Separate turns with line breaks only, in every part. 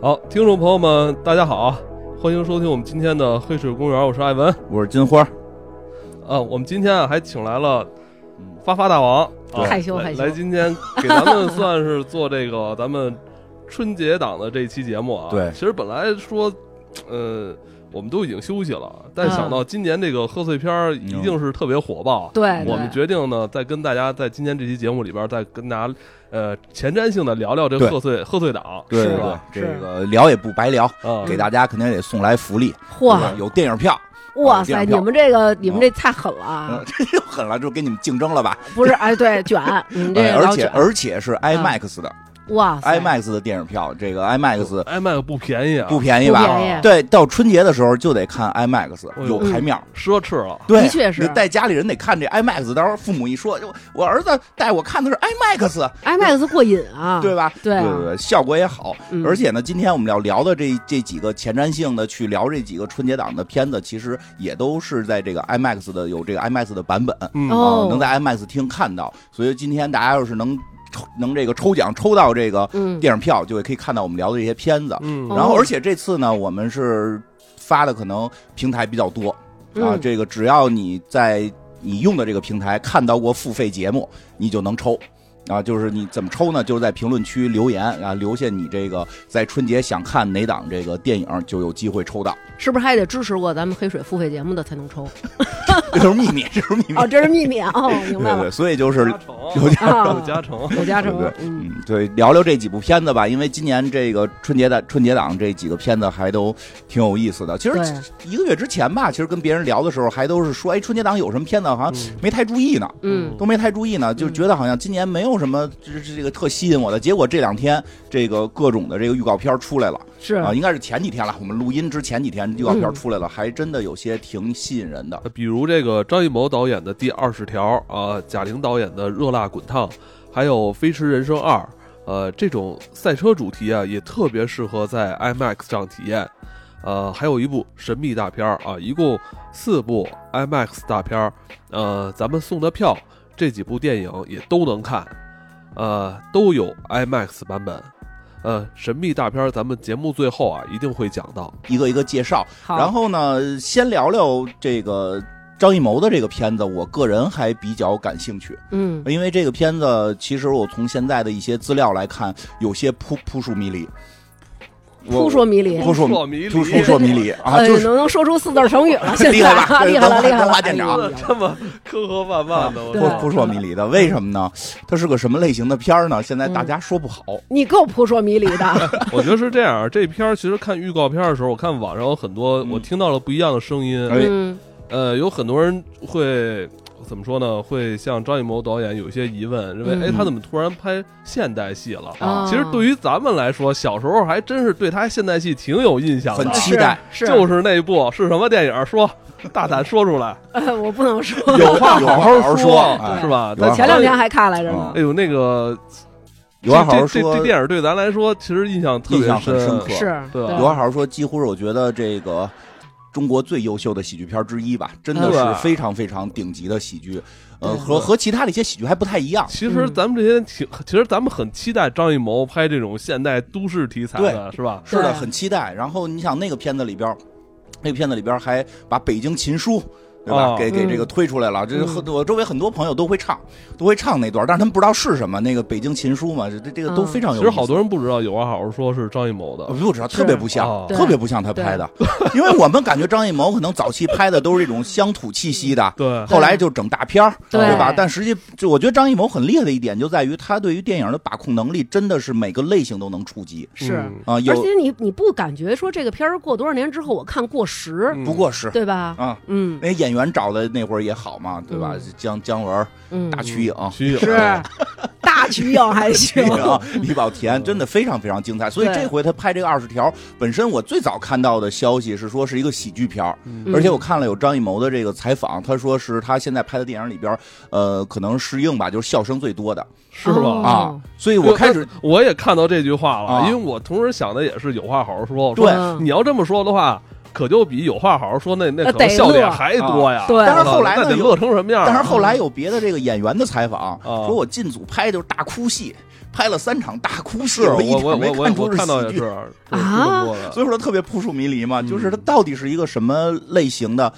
好，听众朋友们，大家好，啊欢迎收听我们今天的《黑水公园》，我是艾文。
我是金花，
啊，我们今天啊还请来了发发大王，啊、
嗯对
害羞
来
害羞
来今天给咱们算是做这个 咱们春节档的这期节目啊。
对
其实本来说，呃，我们都已经休息了，但想到今年这个贺岁片儿一定是特别火爆，啊
嗯对，
我们
对
决定呢，再跟大家在今天这期节目里边儿再跟大家呃前瞻性的聊聊这
对
贺岁贺岁档，
对
是
对对
吧？，
这
是嗯
个聊也不白聊，
啊，
给大家肯定得送来福利，
嚯
有电影票，
哇
有
塞，
电票
你们这个你们这太狠了啊！
这就狠了，就给你们竞争了吧？
不是，哎，对，卷，你们 这
哎
个
而
老
且
卷，
而且是 IMAX 的
哇塞
IMAX 的电影票，这个 IMAX
哎，卖个不便宜啊，
不便宜
不
吧？
便宜，嗯
对，到春节的时候就得看 IMAX，
哎呦
有排面儿。
奢侈了。
对，
的确是
你带家里人得看这 IMAX，到时候父母一说，就我儿子带我看的是 IMAX，
，IMAX 过瘾啊，
对吧？
对啊
对对，效果也好。
嗯
而且呢，今天我们要聊的这这几个前瞻性的去聊这几个春节档的片子，其实也都是在这个 IMAX 的有这个 IMAX 的版本啊、
嗯
哦
能在 IMAX 厅看到。所以今天大家要是能抽能这个抽奖抽到这个
嗯，
电影票，就可以看到我们聊的这些片子。
嗯，
然后，
哦
而且这次呢，我们是发的可能平台比较多啊，
嗯
这个只要你在你用的这个平台看到过付费节目，你就能抽。啊，就是你怎么抽呢？就是在评论区留言啊，留下你这个在春节想看哪档这个电影，就有机会抽到。
是不是还得支持过咱们黑水付费节目的才能抽？
这是秘密，这是秘密。
哦，这是秘密啊，哦明
对
白了
对，，所以就是
加成，
有点
啊
有加成，
有加成
对，
嗯，
嗯，对，聊聊这几部片子吧，因为今年这个春节的春节档这几个片子还都挺有意思的。其实
对，
一个月之前吧，其实跟别人聊的时候，还都是说，哎，春节档有什么片子，好像
嗯
没太注意呢，
嗯
都没太注意呢，就觉得好像今年没有什么这这这个特吸引我的。结果这两天，这个各种的这个预告片出来了
是嗯
啊，应该是前几天了，我们录音之前几天预告片出来了，还真的有些挺吸引人的。
比如这个张艺谋导演的《第二十条》啊，贾玲导演的《热辣滚烫》，还有《飞驰人生二》，呃，这种赛车主题啊，也特别适合在 IMAX 上体验。呃，还有一部神秘大片儿啊，一共四部 IMAX 大片儿，呃，咱们送的票这几部电影也都能看，呃，都有 IMAX 版本。呃，神秘大片儿咱们节目最后啊一定会讲到。
一个一个介绍，
好，
然后呢，先聊聊这个张艺谋的这个片子，我个人还比较感兴趣。
嗯，
因为这个片子，其实我从现在的一些资料来看，有些扑扑朔迷离。我
扑朔迷离，
扑朔
扑朔迷离
扑扑朔迷离啊，
哎
就
呦，
是
能能说出四字成语了，现
厉害
在
吧
啊
这
厉害
文化
了，厉害
文
了
化店长
哎
说
呦
的这么磕磕绊绊的，我
对
操
扑扑朔迷离的。为什么呢？它是个什么类型的片儿呢？现在
嗯
大家说不好。
你够扑朔迷离 的，
我觉得是这样，这片儿其实看预告片儿的时候，我看网上有很多，
嗯
我听到了不一样的声音。
哎
嗯，
呃，有很多人会怎么说呢？会像张艺谋导演有一些疑问，认为、
嗯
哎，他怎么突然拍现代戏了？
啊
其实对于咱们来说，小时候还真是对他现代戏挺有印象的
很。期待
是，啊是
就是那部是什么电影？说，大胆说出来，
呃， 我不能说，
有话
有
好
话好好
说，
说哎
是吧？
有话好好说
但
前两天，还看来着呢
嗯
哎呦，那个
有啊话好好
这这这这
说，
电影对咱来说，其实印象特
印
别
象很深刻。
是
对吧
有话好好说，几乎是我觉得这个。中国最优秀的喜剧片之一吧，真的
嗯对
是非常非常顶级的喜剧，呃，
对
和和其他的一些喜剧还不太一样。
其实
嗯
咱们这些挺，其实咱们很期待张艺谋拍这种现代都市题材的，是吧？
是的，
对
很期待。然后你想那个片子里边儿，那个片子里边儿还把《北京琴书》。对吧？
哦
给给这个
嗯
推出来了，这很我周围很多朋友都会唱，都会唱那段，但是他们不知道是什么。那个北京琴书嘛，这这这个都
嗯
非常有
其
意思。嗯
实好多人不知道，有话好好说是张艺谋的
我，就知道特别不
哦
像，
对
特别不像他拍 的，因为我们感觉张艺谋可能早期拍的都是这种乡土气息的，
对，
后来就整大片儿，
对
对吧？但实际就我觉得张艺谋很厉害的一点就在于他对于电影的把控能力真的是每个类型都能触及
嗯
是。
啊，
而
有
且你你不感觉说这个片儿过多少年之后我看过时，
嗯
不过是
对吧？
啊，
嗯
那演员找的那会儿也好
嗯
嘛，对吧？姜姜文、
嗯，
大瞿颖、
瞿颖
是
啊
大瞿颖还
瞿
行，
颖、李保
嗯
田，真的非常非常精彩。所以
对
这回他拍这个二十条，本身我最早看到的消息是说是一个喜剧片儿
嗯
而且我看了有张艺谋的这个采访，他说是他现在拍的电影里边儿，呃，可能是适应吧，就是笑声最多的
是吧？
啊
哦。
所以我开始
我也看到这句话了，因
啊
为我同时想的也是有话好好说。
对
嗯
你要这么说的话，可就比有话好好说那那
那
可能
呃得
笑点
乐
还多呀。
啊对
我操
但是后来呢
那得
有
乐成什么样啊？
但是后来有别的这个演员的采访，
啊
说我进组拍的就是大哭戏，拍了三场大哭戏，
是
一
我我
场没
我我
出
我看到
是
也
喜
是
剧。
啊
是是这么说的，
所以说它特别扑朔迷离嘛，就是它到底是一个什么类型的？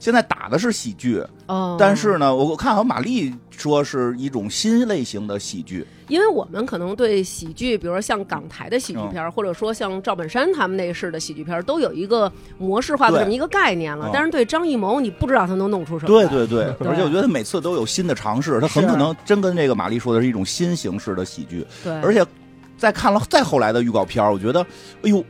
现在打的是喜剧，
哦，
但是呢，我我看好像玛丽说是一种新类型的喜剧，
因为我们可能对喜剧，比如说像港台的喜剧片儿，或者说像赵本山他们那式的喜剧片儿，都有一个模式化的
对
这么一个概念了
嗯。
但是对张艺谋，你不知道他能弄出什么。
对，对对，
对
而且我觉得他每次都有新的尝试，他很
是
可能真跟这个玛丽说的是一种新形式的喜剧，
对
而且再看了再后来的预告片儿，我觉得，哎呦，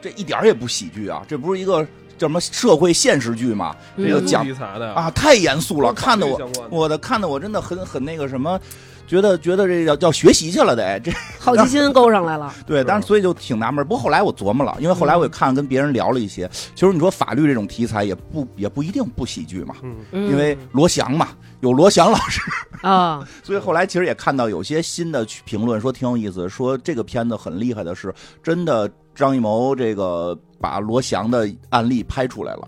这一点儿也不喜剧啊，这不是一个叫什么社会现实剧嘛？
这
这
个
个
嗯
讲
题材的呀
啊，太严肃了，
跟
看得
法律
我
相关的
我的看得我真的很很那个什么。觉得觉得这要要学习去了得，这
好奇心勾上来了。
对，
是
但是所以就挺纳闷儿。不过后来我琢磨了，因为后来
嗯
我也看跟别人聊了一些，其实你说法律这种题材也不也不一定不喜剧嘛，
嗯
嗯
因为罗翔嘛，有罗翔老师，
啊，
所以后来其实也看到有些新的去评论说挺有意思，说这个片子很厉害的是，真的张艺谋这个把罗翔的案例拍出来了。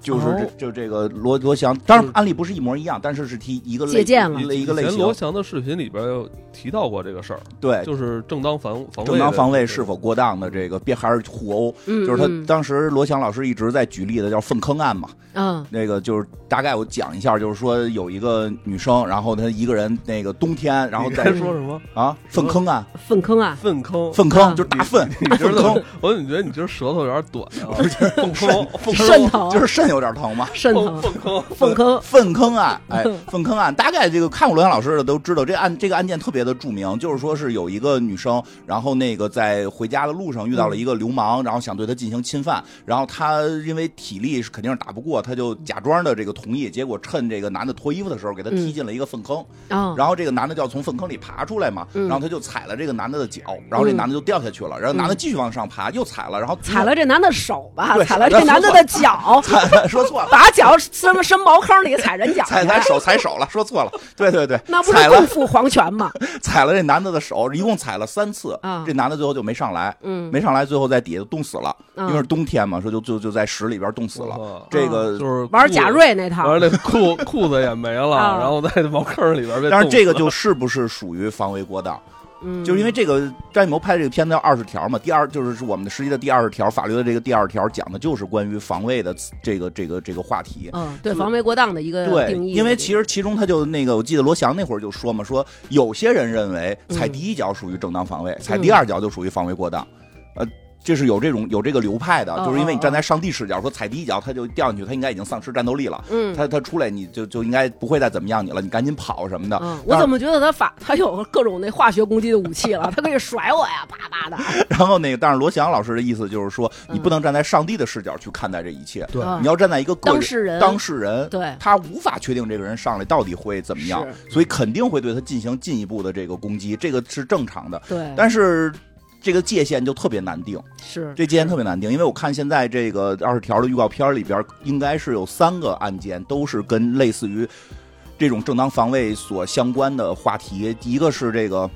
就是这、
哦
就这个罗罗翔，当然
嗯
案例不是一模一样，但是是提一个类
借鉴了
一个一个
以
类
前罗
型，
翔的视频里边有提到过这个事儿，
对，
就是正当防防卫
正当防卫
的
是否过当的这个，别还是互殴，
嗯，
就是他
嗯
当时罗翔老师一直在举例的叫粪坑案嘛，
嗯
那个就是大概我讲一下，就是说有一个女生，然后她一个人那个冬天，然后
你
在
该说什么
啊粪坑案，
粪坑啊，
粪坑？
粪
啊
坑就是大粪，
你
大
觉
粪
得
坑
我怎么觉得你今儿舌头有点短啊？粪坑，粪
肾疼，
就是肾有点疼嘛。
肾
坑，粪坑，
疼，粪坑。
粪坑案，哎，
嗯
粪坑案，大概这个看过罗翔老师的都知道，这案这个案件特别的著名，就是说是有一个女生，然后那个在回家的路上遇到
嗯
了一个流氓，然后想对她进行侵犯，然后她因为体力是肯定是打不过，她就假装的这个同意，结果趁这个男的脱衣服的时候给他
嗯
踢进了一个粪坑，
啊，
然后这个男的就要从粪坑里爬出来嘛，
嗯
然后他就踩了这个男的的脚，然后这
嗯
男的就掉下去了，然后男的继续往上爬，又踩了，然后
踩了这男的手吧，
对
踩了这男的的脚，
说错了。
把脚伸伸茅坑里踩人脚去，
踩踩手踩手了，说错了，对对对，
那不
踩
是
了
共赴黄泉吗？
踩了这男的的手，一共踩了三次。
啊
这男的最后就没上来，
嗯，
没上来，最后在底下冻死了，
嗯
因为是冬天嘛，说就就就在屎里边冻死了。
了
这个，
哦啊就是
玩
裤
贾，瑞那套，
完了那裤裤子也没了，
啊
然后在茅坑里边被冻死了。
但是这个就是不是属于防卫过当，
嗯，
就是因为这个张艺谋拍这个片子二十条嘛，第二就是是我们的实际的第二十条，法律的这个第二条讲的就是关于防卫的这个这个这个话题。
嗯，对
就
防卫过当的一个
对
呃定义，，
因为其实其中他就那个，我记得罗翔那会儿就说嘛，说有些人认为踩
嗯
第一脚属于正当防卫，踩第二脚就属于防卫过当，呃。这是有这种有这个流派的，
哦
就是因为你站在上帝视角说踩第一脚他就掉进去，他应该已经丧失战斗力了，
嗯
他他出来你就就应该不会再怎么样你了，你赶紧跑什么的。
嗯，我
然后
怎么觉得他法他有各种那化学攻击的武器了？他可以甩我呀，啪啪的。
然后那个，但是罗翔老师的意思就是说，你
嗯
不能站在上帝的视角去看待这一切，
对
嗯
你要站在一个个
当事人
当事人，
对
他无法确定这个人上来到底会怎么样，
是
所以肯定会对他进行进一步的这个攻击，这个是正常的。
对，嗯
但是这个界限就特别难定，
是
这界限特别难定，因为我看现在这个二十条的预告片里边，应该是有三个案件都是跟类似于这种正当防卫所相关的话题，一个是这个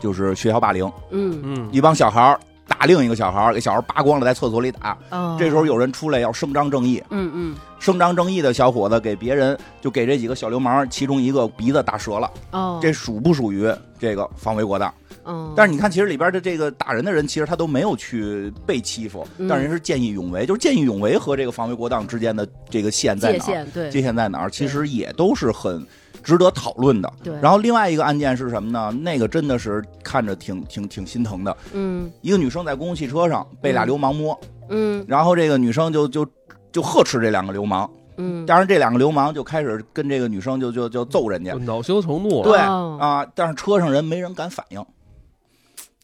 就是学校霸凌，
嗯
嗯，
一帮小孩儿打另一个小孩儿，给小孩儿扒光了在厕所里打，
哦，
这时候有人出来要声张正义，
嗯嗯
声张正义的小伙子给别人就给这几个小流氓，其中一个鼻子打折了，
哦，
这属不属于这个防卫过当？
嗯，
但是你看，其实里边的这个打人的人，其实他都没有去被欺负，
嗯
但人是见义勇为，就是见义勇为和这个防卫过当之间的这个线在
界
哪儿？
限对
界限在哪儿？其实也都是很值得讨论的。
对，
然后另外一个案件是什么呢？那个真的是看着挺挺挺心疼的。
嗯
一个女生在公共汽车上被俩
嗯
流氓摸，
嗯
然后这个女生就就就呵斥这两个流氓，
嗯，
当然这两个流氓就开始跟这个女生就就就揍人家
就，恼羞成怒了，
对
哦
啊，但是车上人没人敢反应，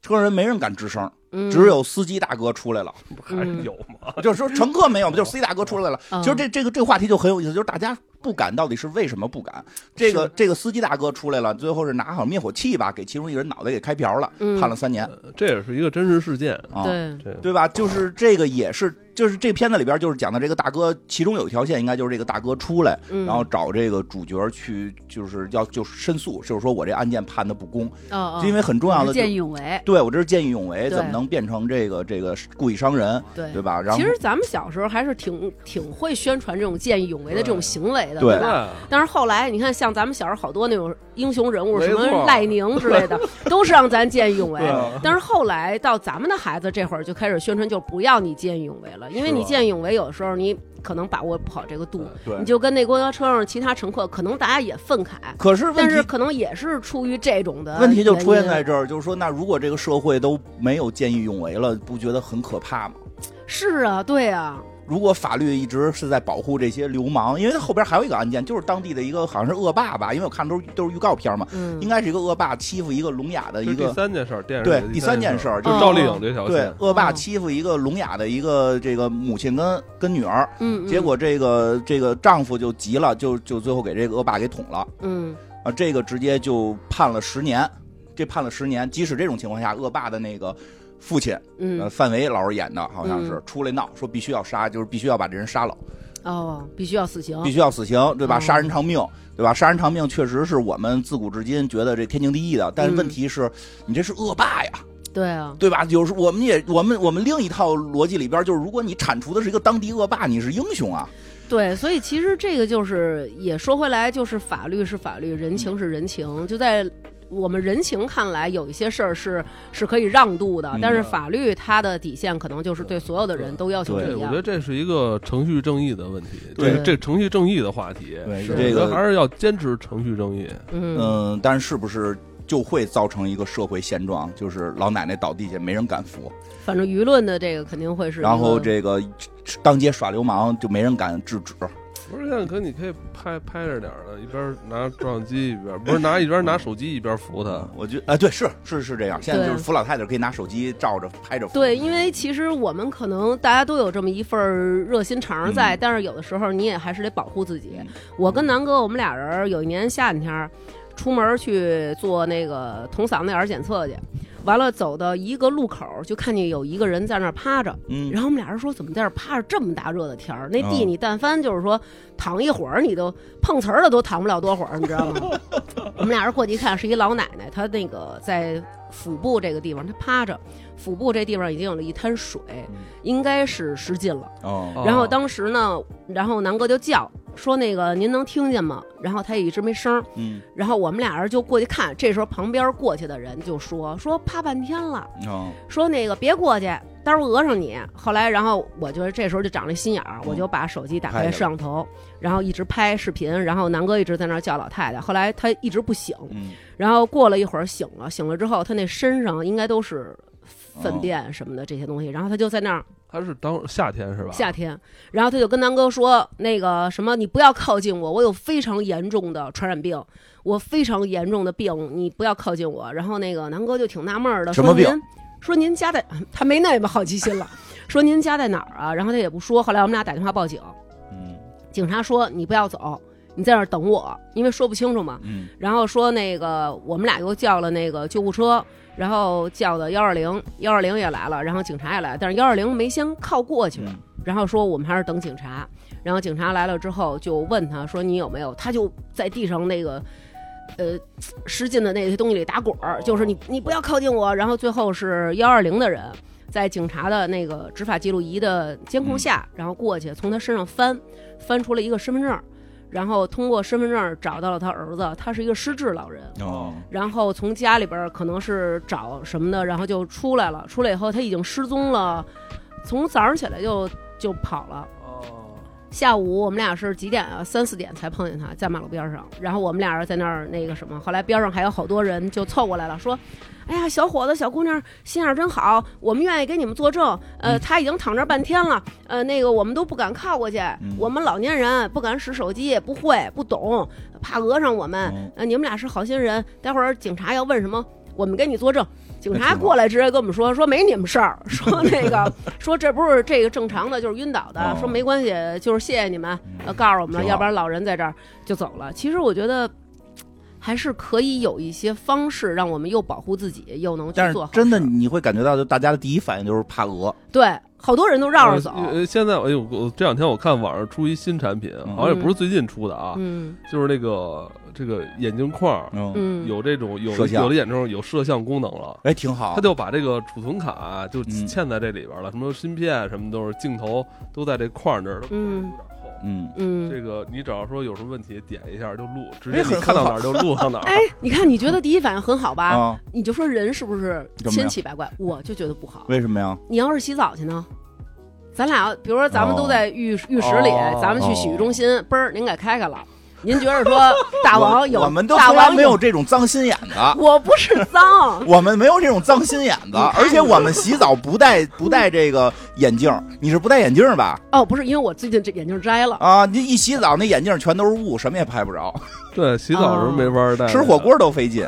车上人没人敢吱声，
嗯
只有司机大哥出来 了，
还是有吗？
就是说乘客没有，就是司机大哥出来了。
嗯
其实这这个这个话题就很有意思，就是大家不敢到底是为什么不敢？这个这个司机大哥出来了，最后是拿好像灭火器吧，给其中一人脑袋给开瓢了，
嗯
判了三年
这也是一个真实事件，
啊。
对
这个
对吧？就是这个也是就是这片子里边就是讲的这个大哥，其中有一条线应该就是这个大哥出来，
嗯，
然后找这个主角去，就是要就是申诉，就是说我这案件判的不公，
哦
啊
因
为
为很重要的就
见义勇为，
对我这是见义勇为，
对
怎么能变成这个这个故意伤人，
对
对吧？然后
其实咱们小时候还是挺挺会宣传这种见义勇为的这种行为的，
对
吧？
对啊
但是后来你看，像咱们小时候好多那种英雄人物，
没
什
错
么赖宁 之类的，都是让咱见义勇为
对啊。
但是后来到咱们的孩子这会儿就开始宣传，就不要你见义勇为了，因为
是啊
你
吧
见义勇为有的时候你可能把握不好这个度，
对
你就跟那公交车上其他乘客，可能大家也愤慨，
可是问
但是
题。
可能也是出于这种的
问题就出现
原
在
因
这儿，就是说，那如果这个社会都没有见义勇为了，不觉得很可怕吗？
是啊，对啊，
如果法律一直是在保护这些流氓，因为他后边还有一个案件，就是当地的一个好像是恶霸吧，因为我看都是都是预告片嘛，
嗯
应，该是一个恶霸欺负一个聋哑的
这
一
是第
个，
三件事儿，电视
对
里的
第
三
三件事
儿，
儿，就
就是是
哦
赵丽颖这条
对
线，
恶霸
哦
欺负一个聋哑的一个这个母亲跟跟女儿，
嗯，嗯
结果这个这个丈夫就急了，就就最后给这个恶霸给捅了
嗯
啊，这个直接就判了十年，这判了十年，即使这种情况下，恶霸的那个父亲呃
嗯
范伟老师演的，好像是
嗯
出来闹说必须要杀，就是必须要把这人杀了。
哦，必须要死刑，
必须要死刑，对吧？
哦
杀人偿命，对吧？杀人偿命确实是我们自古至今觉得这天经地义的，但是
嗯
问题是，你这是恶霸呀，
对啊，
对吧？有时我们也我们我们另一套逻辑里边，就是如果你铲除的是一个当地恶霸，你是英雄啊，
对，所以其实这个就是也说回来，就是法律是法律，人情是人
嗯
情，就在。我们人情看来，有一些事儿是是可以让渡的
嗯，
但是法律它的底线可能就是对所有的人都要求
对
这
我觉
样
得。这是一个程序正义的问题，
对
这这程序正义的话题，
对
我
这
觉
个
得还是要坚持程序正义。
嗯，
嗯，但是不是就会造成一个社会现状，就是老奶奶倒地下没人敢扶，
反正舆论的这个肯定会是一个。
然后这个当街耍流氓就没人敢制止，
不是，现在可你可以拍拍着点儿的，一边拿照相机一边不是拿一边拿手机一边扶他。
我觉得啊，对，是是是这样，现在就是
对
扶老太太可以拿手机照着拍着扶，
对，因为其实我们可能大家都有这么一份儿热心肠在，
嗯
但是有的时候你也还是得保护自己。
嗯
我跟南哥，我们俩人儿有一年夏天儿出门儿去做那个捅嗓子眼儿检测去，完了走到一个路口儿，就看见有一个人在那儿趴着。
嗯，
然后我们俩人说：“怎么在这儿趴着这么大热的天儿？那地
哦
你但凡就是说躺一会儿，你都碰瓷儿了，都躺不了多会儿，你知道吗？” 我们俩人过去一看，是一老奶奶，她那个在腹部这个地方，她趴着，腹部这地方已经有了一滩水，应该是失禁了。
哦，
然后当时呢，然后南哥就叫说：“那个您能听见吗？”然后他也一直没声儿。
嗯，
然后我们俩人就过去看，这时候旁边过去的人就说：“说趴半天了，
哦。
说那个别过去，待会儿讹上你。”后来，然后我就这时候就长了心眼儿，我就把手机
嗯
打
拍下
开
来
摄像头，然后一直拍视频，然后南哥一直在那儿叫老太太。后来他一直不醒，
嗯，
然后过了一会儿醒了，醒了之后他那身上应该都是粪
哦
便什么的这些东西，然后他就在那儿
他是当夏天是吧？
夏天，然后他就跟南哥说：“那个什么，你不要靠近我，我有非常严重的传染病，我非常严重的病，你不要靠近我。”然后那个南哥就挺纳闷儿的，
什么
说
病
您说您家在，他没那么好奇心了，说您家在哪儿啊？然后他也不说。后来我们俩打电话报警，
嗯
警察说：“你不要走，你在那儿等我，因为说不清楚嘛。”
嗯
然后说那个我们俩又叫了那个救护车，然后叫的幺二零，幺二零也来了，然后警察也来，但是幺二零没先靠过去
嗯，
然后说我们还是等警察。然后警察来了之后就问他说你有没有？他就在地上那个。呃，失禁的那些东西里打滚儿，就是你，你不要靠近我。然后最后是幺二零的人，在警察的那个执法记录仪的监控下，然后过去从他身上翻，翻出了一个身份证，然后通过身份证找到了他儿子，他是一个失智老人。
哦，
然后从家里边儿可能是找什么的，然后就出来了。出来以后他已经失踪了，从早上起来就就跑了。
哦，
下午我们俩是几点啊？三四点才碰见他，在马路边上。然后我们俩人在那儿那个什么，后来边上还有好多人就凑过来了，说：“哎呀，小伙子、小姑娘心眼儿真好，我们愿意给你们作证。呃，他已经躺这儿半天了，呃，那个我们都不敢靠过去，我们老年人不敢使手机，不会、不懂，怕讹上我们。
嗯
呃，你们俩是好心人，待会儿警察要问什么，我们给你作证。”警
那
察
挺好
过来直接跟我们说说没你们事儿，说 那个说这不是这个正常的，就是晕倒的，
哦嗯
说没关系，就是谢谢你们，呃，告诉我们了，
挺好
要不然老人在这儿就走了。其实我觉得。还是可以有一些方式，让我们又保护自己，又能去
但是
做好事。
真的你会感觉到，就大家的第一反应就是怕讹，
对，好多人都绕着走。
呃呃现在哎呦，我这两天我看网上出一新产品，
嗯
好像也不是最近出的啊，
嗯
就是那个这个眼镜框儿
嗯，
嗯，
有这种有
摄像
有的眼镜有摄像功能了。
哎，挺好
它。就把这个储存卡就
嗯
嵌在这里边了，什么芯片什么都是镜头都在这框这儿，都有
嗯
点厚。
嗯，
嗯。
这个你只要说有什么问题，点一下就录，直
哎
接
很
你看到哪儿就录到哪儿。
哎，你看，你觉得第一反应很好吧？
啊，
你就说人是不是
怎么样
千奇百怪？我就觉得不好。
为什么呀？
你要是洗澡去呢？咱俩，比如说咱们
哦
都在浴、浴室里
哦，
咱们去洗浴中心，嘣儿、您给开开了，您觉得说大王有
我我们都
大
从来
王
没有，这种脏心眼子。，
我不是脏
我们没有这种脏心眼子，
你看
而且我们洗澡不戴不戴这个眼镜，你是不戴眼镜吧？
哦，不是，因为我最近这眼镜摘了，
啊，你一洗澡那眼镜全都是雾，什么也拍不着，
对，洗澡的时候没法戴。
哦吃火锅都费劲。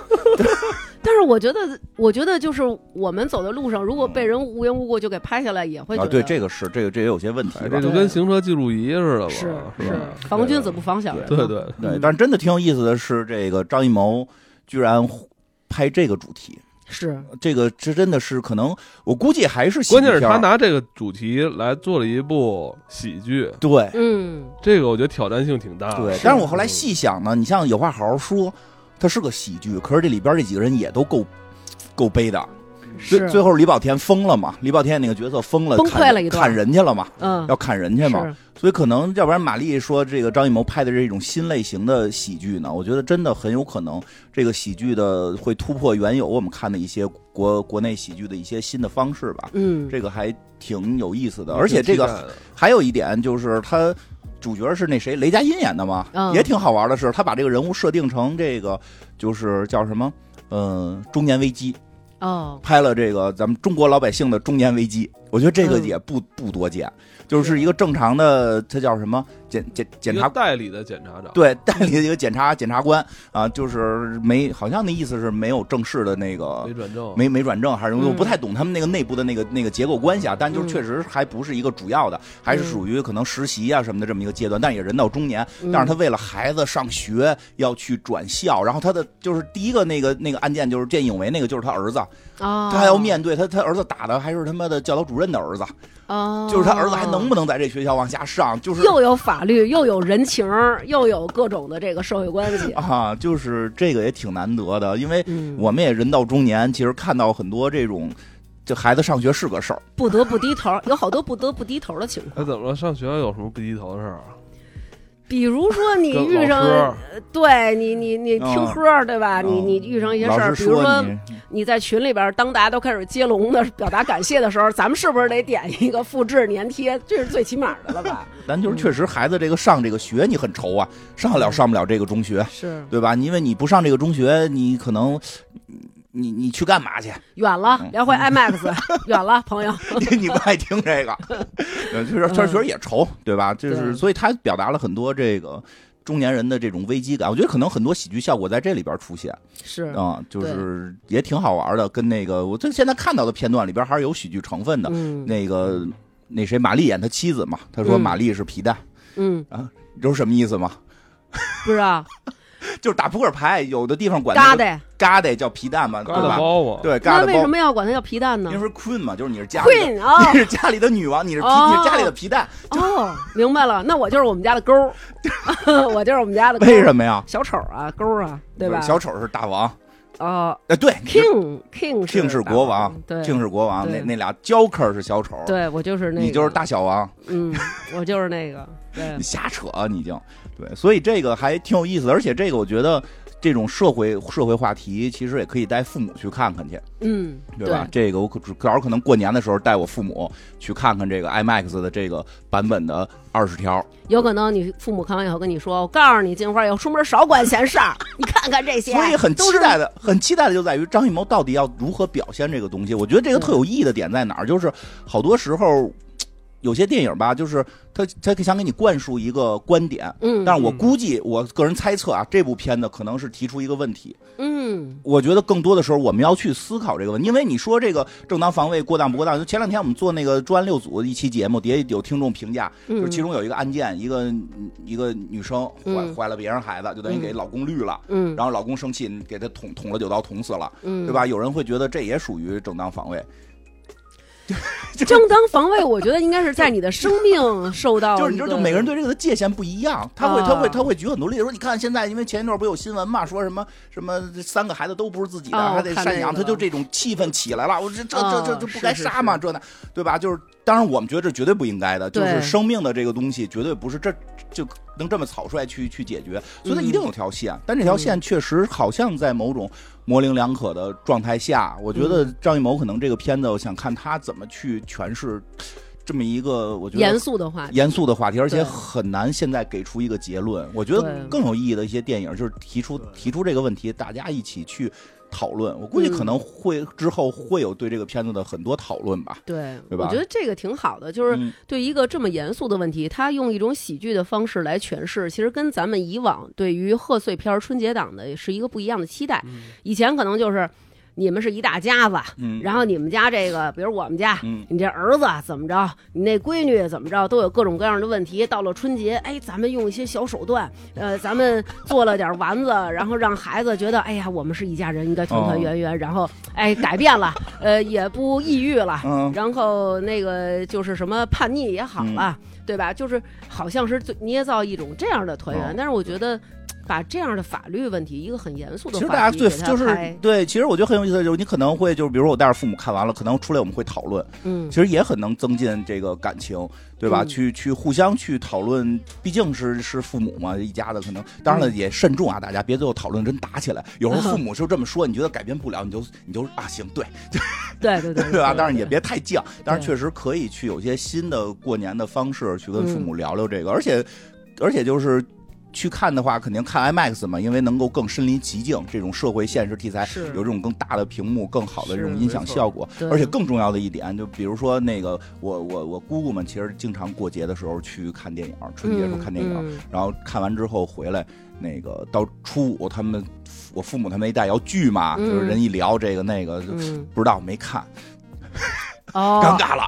但是我觉得，我觉得就是我们走在路上，如果被人无缘无故就给拍下来，也会觉
啊，
得
对，这个是这个这也有些问题
哎，
吧
这就跟行车记录仪似的吧？
是
是吧
是防君子不防小人嘛，
对对，
对，但是真的挺有意思的是，这个张艺谋居然拍这个主题，
是
这个这真的是可能，我估计还是喜剧
关键
片儿
是他拿这个主题来做了一部喜剧，
对
嗯，
这个我觉得挑战性挺大。
对，啊但是我后来细想呢，你像有话好好说，它是个喜剧，可是这里边这几个人也都够够悲的。最
是
最后李保田疯了嘛？李保田那个角色疯了，
崩溃
砍
了一段
砍人去了嘛？
嗯
要砍人去嘛？
是
所以可能要不然马丽说这个张艺谋拍的这种新类型的喜剧呢，我觉得真的很有可能这个喜剧的会突破原有我们看的一些国国内喜剧的一些新的方式吧。
嗯
这个还挺有意思的，
嗯，
而且
挺
这
期
个
待的
还有一点就是他。主角是那谁雷佳音演的嘛，
嗯
也挺好玩的是，他把这个人物设定成这个就是叫什么，嗯、中年危机，
哦
拍了这个咱们中国老百姓的中年危机，我觉得这个
嗯
也不、不多见，就是一个正常的，他叫什么检检检
一
察
个代理的检察长，
对代理的一个检察检察官啊，就是没好像那意思是没有正式的那个
没转正，
没没转正还是什么，
嗯
我不太懂他们那个内部的那个那个结构关系啊，但就是
嗯
确实还不是一个主要的，还是属于可能实习啊什么的这么一个阶段，但也人到中年，
嗯
但是他为了孩子上学要去转校，然后他的就是第一个那个那个案件就是见义勇为那个就是他儿子。
哦，
他还要面对他他儿子打的还是他妈的教导主任的儿子，
哦，
就是他儿子还能不能在这学校往下上？就是
又有法律，又有人情儿，又有各种的这个社会关 系。
啊，就是这个也挺难得的，因为
嗯，
我们也人到中年，其实看到很多这种，这孩子上学是个事儿，
不得不低头，有好多不得不低头的情况，
哎，怎么了？上学校有什么不低头的事儿啊？
比如说你
跟
遇
老
上
师，
对你你你听
嗯
喝儿对吧？啊你
嗯
你遇上一些事
老
儿，
师
比如
说
说
你
你在群里边儿，当大家都开始接龙的表达感谢的时候，咱们是不是得点一个复制粘贴？这是最起码的了 吧？
咱就是确实孩子这个上这个学你很愁啊，上得了上不了这个中学，
是
对吧？因为你不上这个中学，你可能。你你去干嘛去？
远了，聊
嗯
回 IMAX，远了，朋友。
你你不爱听这个，呃就是确实也愁，对吧？就
嗯对
是所以他表达了很多这个中年人的这种危机感，我觉得可能很多喜剧效果在这里边出现
是
啊、就是也挺好玩的。跟那个我这现在看到的片段里边还是有喜剧成分的。
嗯
那个那谁，玛丽演他妻子嘛，他说
嗯
玛丽是皮蛋，
嗯，
你知道什么意思吗？
不知道
就是打扑克牌，有的地方管
嘎
那个
瘩，
嘎瘩叫皮蛋嘛，对
疙瘩
吧？
包嘛，
对，嘎
那
瘩
为
包
什。么要管它叫皮蛋呢
您说 queen 嘛，就是你是家里的
？Queen 啊
你是家里的女王，你是皮，
哦
你是家里的皮蛋，
哦，明白了，那我就是我们家的钩儿， 我就是我们家的钩儿
为什么呀？
小丑啊，钩儿啊，对吧？
不是小丑是大王，
哦
呃，对你是
，King King
，King 是
是大
国王
对
，King 是国王，
对
那那俩 Joker 是小丑，
对，我就是那个，
你就是，大小王，
嗯，我就是那个，对
你，瞎扯啊，你已经对，所以这个还挺有意思的，而且这个我觉得这种社会社会话题，其实也可以带父母去看看去，
嗯，
对吧？这个我可正好可能过年的时候带我父母去看看这个 IMAX 的这个版本的二十条，
有可能你父母看完以后跟你说：“我告诉你，金花以后出门少管闲事儿，你看看这些。”
所以很
都
期
是
待的，很期待的就在于张艺谋到底要如何表现这个东西。我觉得这个特有意义的点在哪儿，就是好多时候。有些电影吧，就是他他想给你灌输一个观点，
嗯，
但是我估计，我个人猜测啊，这部片子可能是提出一个问题。
嗯
我觉得更多的时候我们要去思考这个问题，因为你说这个正当防卫过当不过当，就前两天我们做那个专案六组一期节目，底下有听众评价，
嗯，
就是其中有一个案件，一个一个女生怀
嗯
怀了别人孩子，就等于给老公绿了，
嗯，
然后老公生气给她捅捅了九刀，捅死了。
嗯
对？吧？有人会觉得这也属于正当防卫，
正当防卫，我觉得应该是在你的生命受到
就是你知道，
一
就每个人对这个的界限不一样，他会
啊
他会他会举很多例子，说你看现在，因为前一段不有新闻嘛，说什么什么三个孩子都不是自己的，
哦
还得
看那
赡养，
个
他就这种气氛起来了，我这这这这
哦
这不该
是是
杀嘛，
是
这那对吧？就是当然我们觉得这绝对不应该的，就是
对
生命的这个东西绝对不是这就能这么草率去去解决，所以它一定
嗯
有条线，但这条线确实好像在某种。模棱两可的状态下，我觉
嗯
得张艺谋可能这个片子，我想看他怎么去诠释这么一个我觉得
严肃的话，
严肃的话题，而且
啊对
很难现在给出一个结论。我觉得
对
更有意义的一些电影，就是提出
对
提出这个问题，大家一起去讨论。我估计
嗯
可能会之后会有对这个片子的很多讨论吧。
对，
对吧
我觉得这个挺好的，就是
嗯
对一个这么严肃的问题，他用一种喜剧的方式来诠释，其实跟咱们以往对于贺岁片儿、春节档的是一个不一样的期待。以前可能就是你们是一大家子，
嗯，
然后你们家这个，比如我们家，
嗯
你这儿子怎么着，你那闺女怎么着，都有各种各样的问题。到了春节，哎，咱们用一些小手段，呃，咱们做了点丸子，然后让孩子觉得，哎呀，我们是一家人，应该团团圆圆。然后，哎，改变了，呃，也不抑郁了。
嗯
然后那个就是什么叛逆也好了，
嗯
对吧？就是好像是最捏造一种这样的团圆，
哦
但是我觉得把这样的法律问题，一个很严肃的
其实
话题，
大家对
给它
就是
拍
对，其实我觉得很有意思，就是你可能会就是比如说我带着父母看完了，可能出来我们会讨论，
嗯
其实也很能增进这个感情，对吧？
嗯
去去互相去讨论，毕竟是是父母嘛，一家的可能，当
嗯
然了也慎重啊，大家别最后讨论真打起来。有时候父母就这么说，你觉得改变不了，你就你就啊行对
对对对
对吧？当
当
然
然
也别太犟，但是
对
确实可以去有些新的过年的方式去跟父
嗯
母聊聊这个，而且而且就是。去看的话，肯定看 IMAX 嘛，因为能够更身临其境，这种社会现实题材
是
有这种更大的屏幕、更好的这种
是
音响
没错
效果。
对
而且更重要的一点，就比如说那个我我我姑姑们，其实经常过节的时候去看电影，春节的时候看电影，
嗯嗯
然后看完之后回来，那个到初五他们我父母他们一带要聚嘛，
嗯
就是人一聊这个那个，就
嗯
不知道没看，
哦，
尴尬了，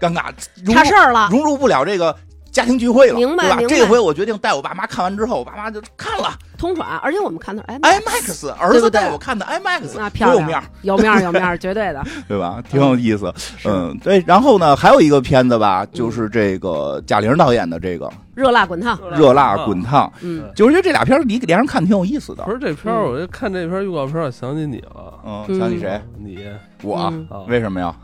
尴尬，融
差事
入
儿了，
融入不了这个家庭聚会了，
明白
对吧？
明白
这回我决定带我爸妈看完之后，我爸妈就看了
通喘，而且我们看到哎
IMAX，儿
对
子
不对
带我看的 IMAX，多
那漂
有
亮，
面儿，
有面儿，有面儿，绝对的。
对吧？挺有意思，
是
嗯，对。然后呢，还有一个片子吧，就是这个贾玲导演的这个《
热辣滚烫，
热辣滚烫》，
嗯
就我觉得这俩片儿你连上看挺有意思的
不。是这片儿，我就看这片儿预告片儿，想起你了。
嗯，
嗯
想起谁？
你
我啊
嗯
啊，
为什么呀？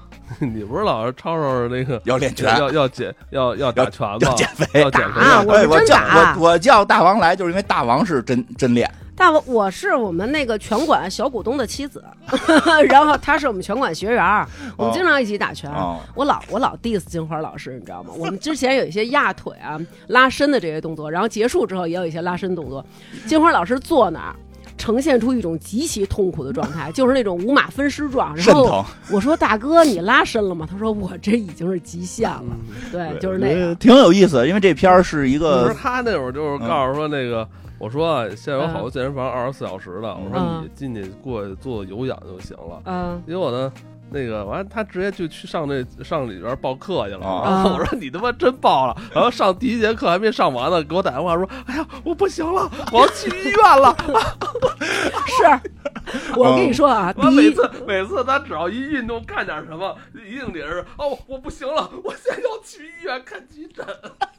你不是老是吵吵那个
要练拳，
要要减要要打拳吗？
要减肥。
要减肥
打
要
我
哎，
们
我
真
叫
打
我我叫大王来，就是因为大王是真真练。
大王，我是我们那个拳馆小股东的妻子， 然后他是我们拳馆学员儿，我们经常一起打拳。
哦
我老我老 diss 金花老师，你知道吗？我们之前有一些压腿啊、 拉伸的这些动作，然后结束之后也有一些拉伸动作。金花老师坐那儿，呈现出一种极其痛苦的状态，就是那种五马分尸状。然
肾疼
后我说：“大哥，你拉伸了吗？”他说：“我这已经是极限了。
嗯
对，就是那
呃
个。
挺有意思，因为这片儿是一
不是
个
他那会儿就是告诉说那个，我说啊现在有好多健身房二十四小时的，我说
嗯
你进去过去做有氧就行了。
嗯，
结果呢，那个完了他直接就去上那上里边报课去了。
啊
然后我说你他妈真报了，然后上第一节课还没上完呢，给我打电话说，哎呀我不行了，我要去 医院了。
是，我跟你说啊，
嗯我
第
每
一，
次每次他只要一运动干点什么，一定得是哦我不行了，我现在要去医院看急诊。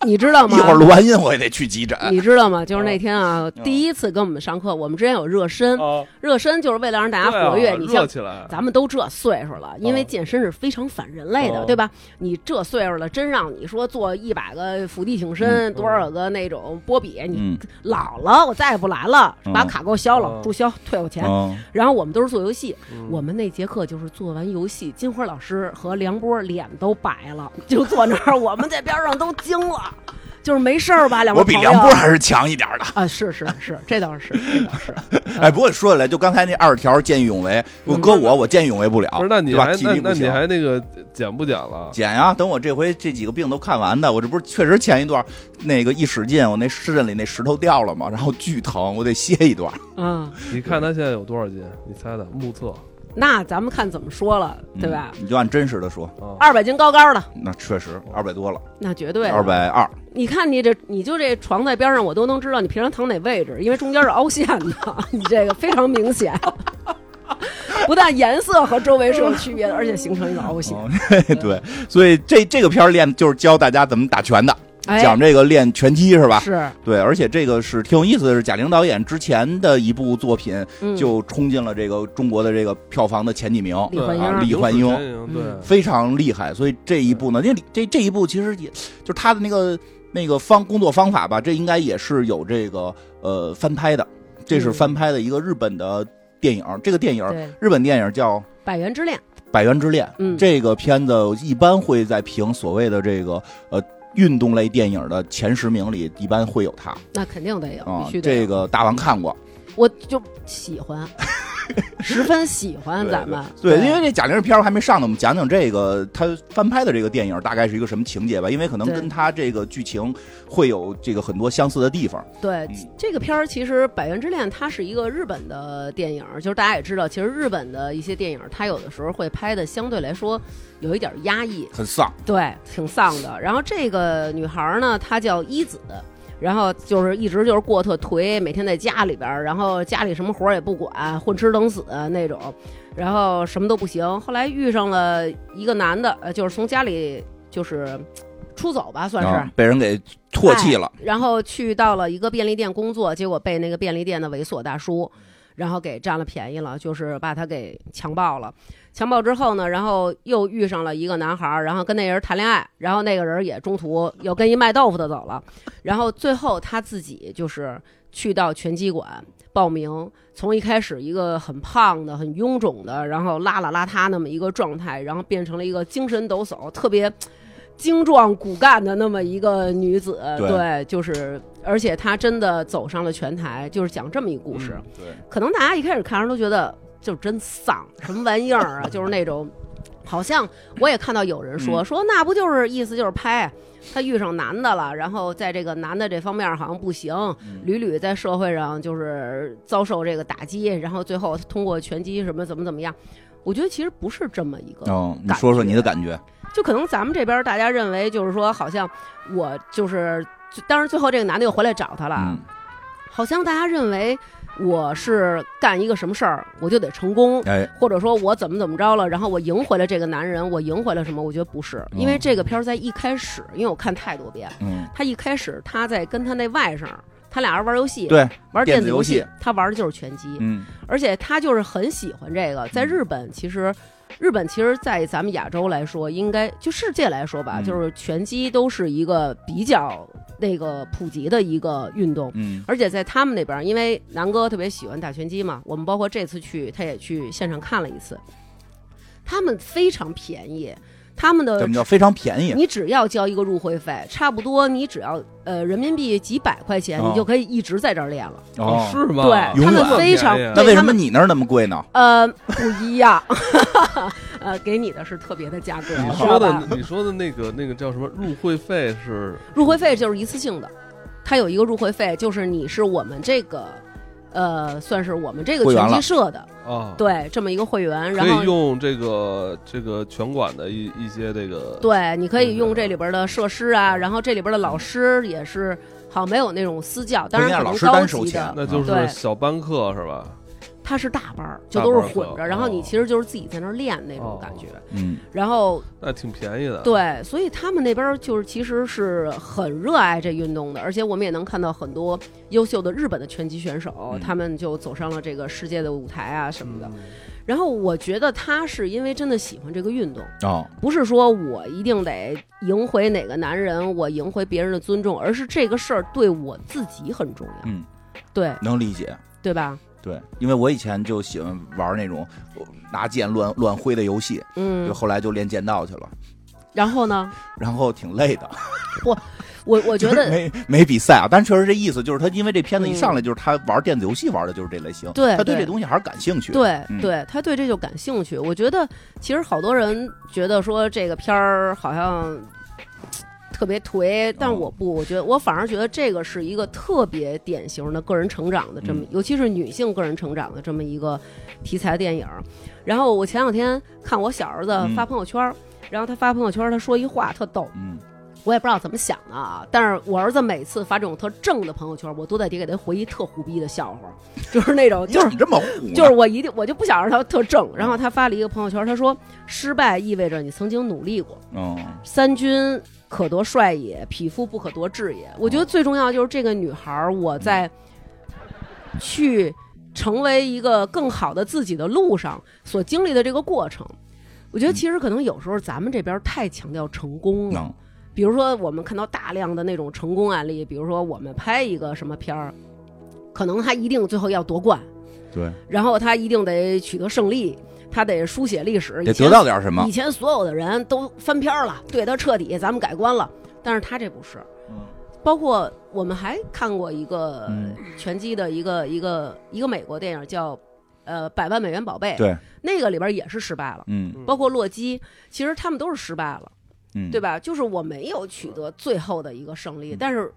你知道吗？
一会儿录完音我也得去急诊。
你知道吗？就是那天啊，第一次跟我们上课，我们之前有热身，
啊，
热身就是为了让大家
对啊
活跃。你
热
像
起来，
咱们都这岁数
哦
了，因为健身是非常反人类的，
哦
对吧？你这岁数了，真让你说做一百个伏地挺身，多少个那种波比，你
嗯
老了，我再也不来了，
嗯
把卡给我消了
嗯，
注销，退我钱。
嗯，
然后我们都是做游戏，
嗯
我们那节课就是做完游戏，金花老师和梁波脸都白了， 就坐那儿，我们在边上都惊了， 就是没事儿吧？两位
我比
朋友
梁波还是强一点儿的。
啊，是是是，这倒是，这倒是，
哎，不过说起来，就刚才那二十条见义勇为，我搁我我见义勇为不了，
不是，那你
对吧
还
体
那
力不
那你
行。
还那个减不减了？
减呀、等我这回这几个病都看完的，我这不是确实前一段那个一使劲，我那湿疹里那石头掉了嘛，然后巨疼，我得歇一段。
嗯，
你看他现在有多少斤？你猜猜，目测
那咱们看怎么说了，对吧？
嗯你就按真实的说，
啊，
二百斤高高的，
那确实二百多了，
那绝对的
二。百二。
你看你这，你就这床在边上，我都能知道你 平常躺哪位置，因为中间是凹陷的，你这个非常明显。不但颜色和周围是有区别的，而且形成一个凹陷。
哦 对，所以这这个片儿练就是教大家怎么打拳的，
哎，
讲啊这个练拳击是吧？
是，
对，而且这个是挺有意思的，是贾玲导演之前的一部作品
嗯
就冲进了这个中国的这个票房的前几名，
李焕英
对啊
李焕英
刘子健对，哦
嗯
非常厉害。所以这一部呢，因为这这一部其实也就是他的那个那个方工作方法吧，这应该也是有这个呃翻拍的，这是
嗯
翻拍的一个日本的电影，这个电影
对《
日本电影叫《
百元之恋》，
百元之恋》，
嗯
这个片子一般会在评所谓的这个呃运动类电影的前十名里，一般会有它
那肯定得有，
啊
必。须得有。
这个大王看过，
我就 喜欢，十分喜欢
对
咱们。
对，因为这贾玲片儿还没上呢，我们讲讲这个她翻拍的这个电影大概是一个什么情节吧，因为可能
对
跟她这个剧情会有这个很多相似的地方。
对
嗯
这个片儿，其实《百元之恋》它是一个日本的电影，就是大家也知道，其实日本的一些电影，它有的时候会拍的相对来说有一点压抑，
很丧，
对，挺丧的。然后这个女孩儿呢，她叫一子，然后就是一直就是过特颓，每天在家里边儿，然后家里什么活儿也不管，混吃等死那种，然后什么都不行。后来遇上了一个男的，呃，就是从家里就是嘖出走吧，算是。哎
啊被人给唾弃了。
哎然后去到了一个便利店工作，结果被那个便利店的猥琐大叔，然后给占了便宜了，就是把他给强暴了。强暴之后呢，然后又遇上了一个男孩儿，然后跟那人谈恋爱，然后那个人也中途又跟一卖豆腐的走了，然后最后他自己就是去到拳击馆报名，从一开始一个很胖的、很臃肿的，然后邋邋遢遢那么一个状态，然后变成了一个精神抖擞、特别精壮骨干的那么一个女子。
对
对，哎就是，而且她真的走上了拳台，就是讲这么一故事。
对，
可能大家一开始看着都觉得就是真丧，什么玩意儿啊， 就是那种，好像我也看到有人说、说那不就是意思就是拍他遇上男的了，然后在这个男的这方面好像不行，屡屡在社会上就是遭受这个打击，然后最后通过拳击什么怎么怎么样，我觉得其实不是这么一个，
嗯，你说说你的感觉。
就可能咱们这边大家认为就是说好像我就是，就当然最后这个男的又回来找他了，
嗯，
好像大家认为我是干一个什么事儿，我就得成功，
哎，
或者说我怎么怎么着了，然后我赢回了这个男人，我赢回了什么？我觉得不是，因为这个片儿在一开始，因为我看太多遍，
嗯，
他一开始他在跟他那外甥，他俩人玩游戏，
对，
玩
电
电
子
子
游
游
戏
戏，他玩的就是拳击，
嗯，
而且他就是很喜欢这个。在日本，其实日本其实，在咱们亚洲来说，应该就世界来说吧，
嗯
就是拳击都是一个比较那个普及的一个运动。
嗯，
而且在他们那边儿，因为南哥特别喜欢打拳击嘛，我们包括这次去，他也去现场看了一次。他们非常便宜，他们的
怎么叫非常便宜？
呃你只要交一个入会费，差不多你只要呃人民币几百块钱，
哦
你就可以一直在这儿练了。
哦，是吗？
对，
永远
他们非常
这么便宜
那
对
为
他
什么
们
你那儿那么贵呢？
呃不一样？ 呃，给你的是特别的价格，
你
知
说
道吧
的，你说的那个那个叫什么入会费是
入会费就是一次性的，它有一个入会费，就是你是我们这个呃算是我们这
会
个
员
拳
了
击社的。
啊，，
对，这么一个会员，
可
然
以
后
用这个这个拳馆的一一些这个
对，你可以用这里边的设施啊，然后这里边的老师也是，好像没有那种私教，当然
不应该
可
老
能
师单
高
收
级
钱
的，
那就
对
是小班课是吧？
它是大班儿，就
大
都是
班儿
混
课
着，然后你
哦
其实就是自己在那儿练那种
哦
感觉，
嗯，
然后
那挺便宜的。，
对，所以他们那边儿就是其实是很热爱这运动的，而且我们也能看到很多优秀的日本的拳击选手，
嗯
他们就走上了这个世界的舞台啊什
嗯
么的。然后我觉得他是因为真的喜欢这个运动。
哦，
不是说我一定得赢回哪个男人，我赢回别人的尊重，而是这个事儿对我自己很重要，
嗯，
对
能理解。
对吧？
对，因为我以前就喜欢玩那种呃拿剑乱乱挥的游戏，就
嗯，
后来就练剑道去了，
然后呢，
然后挺累的。
我我觉得
没没比赛啊，但确实这意思就是他，因为这片子一
嗯
上来就是他玩电子游戏玩的就是这类型，
对
他对
对
这东西还是感兴趣。，
对
嗯
对，他对这就感兴趣。我觉得其实好多人觉得说这个片儿好像特别颓，但
哦
我不，我觉得我反而觉得这个是一个特别典型的个人成长的这么，
嗯
尤其是女性个人成长的这么一个题材电影儿。然后我前两天看我小儿子
嗯
发朋友圈儿，然后他发朋友圈儿，他说一话特逗。
嗯，
我也不知道怎么想的啊。但是我儿子每次发这种特正的朋友圈，我都在底下给他回一特胡逼的笑话，就是 那种就是
你这么虎呢，
就是我一定我就不想让他特正。然后他发了一个朋友圈，他说：“失败意味着你曾经努力过，
嗯，
三军可夺帅也，匹夫不可夺志也。”我觉得最重要就是这个女孩儿，我在去成为一个更好的自己的路上所经历的这个过程。我觉得其实可能有时候咱们这边儿太强调成功了，
能
比如说我们看到大量的那种成功案例，比如说我们拍一个什么片儿，可能他一定最后要夺冠，
对，
然后他一定得取得胜利，他得书写历史，
得
嗯以前
得到点什么
以，前所有的人都翻篇儿了，对他彻底，咱们改观了，但是他这不是。
嗯
包括我们还看过一个
嗯
拳击的一个一个一个美国电影叫呃《百万美元宝贝》，
对，
那个里边也是失败了。
嗯
包括洛基，其实他们都是失败了，
嗯，
对吧？就是我没有取得最后的一个胜利，
嗯
但是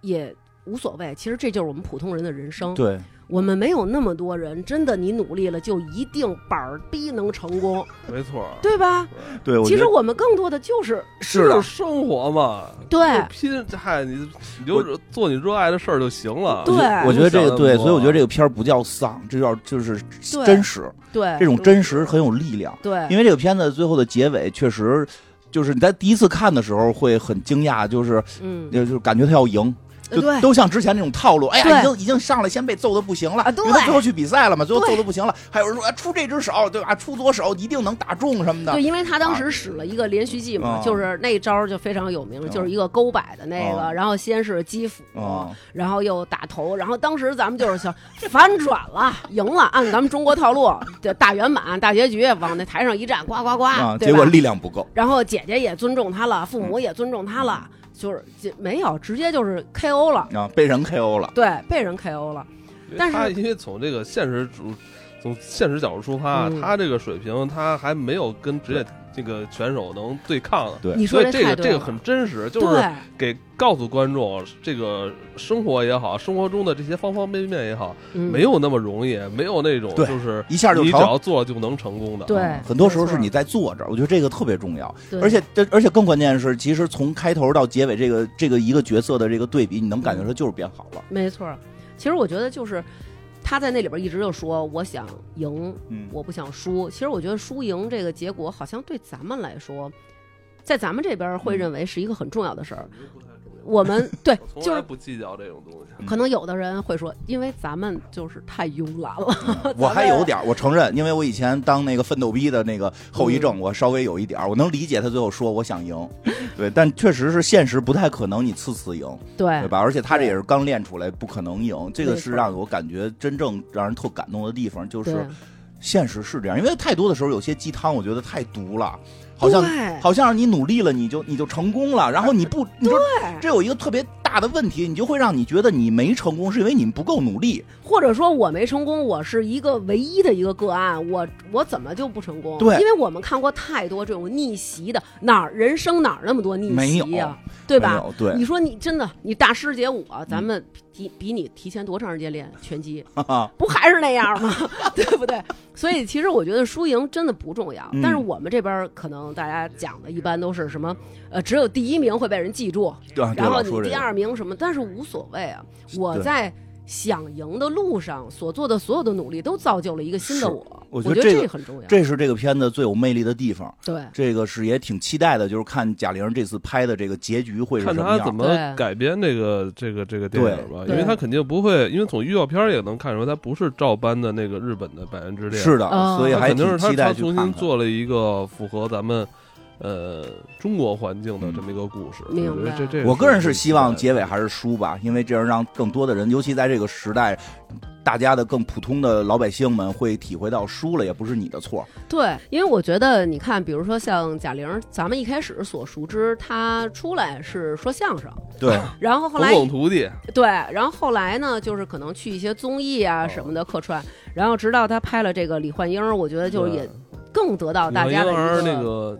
也无所谓。其实这就是我们普通人的人生。
对，
我们没有那么多人，真的你努力了就一定板儿逼能成功，
没错儿。
对吧？
对，我
其
觉
实
得
我们更多的就是
是的
就，生活嘛，
对
就拼，嗨，你你就做你热爱的事儿就行了。
对
我觉得这个对，所以我觉得这
个
个片儿不叫丧，这叫就是
对
真实，
对
这种真实很有力量。
对
因为这个片子最后的结尾确实，就是你在第一次看的时候会很惊讶，就是
嗯
就就感觉他要赢，就
对
都像之前那种套路。哎呀，
对
已经已经上来先被揍的不行了，
啊对
因为他最后去比赛了嘛，最后
对
揍的不行了。还有人说、哎、出这只手对吧，出左手一定能打中什么的
对，。因为他当时使了一个连续技嘛，
啊
就是那招儿就非常有名，就是一个勾摆的那个，
啊
然后先是击腹，
啊，
然后又打头，然后当时咱们就是想反转了， 赢了，按咱们中国套路，这大圆满大结局，往那台上一站，呱呱呱，
啊，
对
结
吧
果力量不够，
然后姐姐也尊重他了，父
嗯
母也尊重他了，就是这没有直接就是 KO 了，
啊，被人 KO 了。
对，被人 KO 了，但是
他因为从这个现实主，从现实角度出发，
嗯
他这个水平他还没有跟职业这个选手能对抗的。
对
你说
所以
这
这
太
个
对
这
了，
个很真实，就是
对
给告诉观众，这个生活也好，生活中的这些方方面面也好，
嗯
没有那么容易，没有那种
对
就是
一下就
你只
成
要做了就能成功的。
对
嗯很多时候
没
是
错
你在坐着，我觉得这个特别重要。
对
而且这，而且更关键的是，其实从开头到结尾，这个这个一个角色的这个对比，你能感觉出就是变好了。
没错儿，其实我觉得就是他在那里边一直就说我想赢，
嗯
我不想输。其实我觉得输赢这个结果好像对咱们来说，在咱们这边
嗯
会认为是一个很重要的事儿。我们对
我，从
就
来
是
不计较这种东西。
嗯
可能有的人会说，因为咱们就是太慵懒 了。
我还有点儿，我承认，因为我以前当那个奋斗逼的那个后遗
嗯
症，我稍微有一点儿，我能理解他最后说我想赢，对，但确实是现实不太可能你次次赢，对
哎对，
吧？而且他这也是刚练出来，不可能赢，这个
没
是
错
让我感觉真正让人特感动的地方，就是
对，
现实是这样，因为太多的时候有些鸡汤，我觉得太毒了，好像
对呃
好像你努力了，你就你就成功了，然后你不，你说这有一个特别大的问题，你就会让你觉得你没成功，是因为你们不够努力。
或者说我没成功，我是一个唯一的一个个案，我我怎么就不成功？
对
因为我们看过太多这种逆袭的，哪儿人生哪儿那么多逆
没有
袭呀、对吧
没？有？对，
你说你真的，你大师姐我，咱们比比你提前多长时间练拳击，不还是那样 吗？对不对？所以其实我觉得输赢真的不重要，
嗯
但是我们这边儿可能大家讲的一般都是什么，呃，只有第一名会被人记住，
对啊，对
然后
老说
你
这
第
个
二名什么，但是无所谓啊。我
对
在想赢的路上所做的所有的努力，都造就了一个新
是
的我。
我
我
觉得
得
这
这
个
很重要。
这是这个片子最有魅力的地方。
对，
这个是也挺期待的，就是看贾玲这次拍的这个结局会是什
看
么
他
样。
怎么
对
改编这个这个这个电影吧，
对
因为
对
他肯定不会，因为从预告片儿也能看出来，他不是照搬的那个日本的《百元之恋》，
是的，
嗯
所以
他
还
肯定
挺
是他
期
他
待去
重
看
新
看。
做了一个符合咱们呃中国环境的这么一个故事。我
嗯
觉得
明白
这这
我个人是希望
结
结尾还是输吧，因为这样让更多的人，尤其在这个时代，大家的更普通的老百姓们会体会到输了也不是你的 错。
对，因为我觉得你看，比如说像贾玲，咱们一开始所熟知，她出来是说相声，
对，
然后后
孔
来
孔徒弟，
对，然后后来呢，就是可能去一些综艺
哦
啊什么的客串，然后直到她拍了这个李焕英，我觉得就是也更得到哦大
李
家
焕
的
英儿
一
那个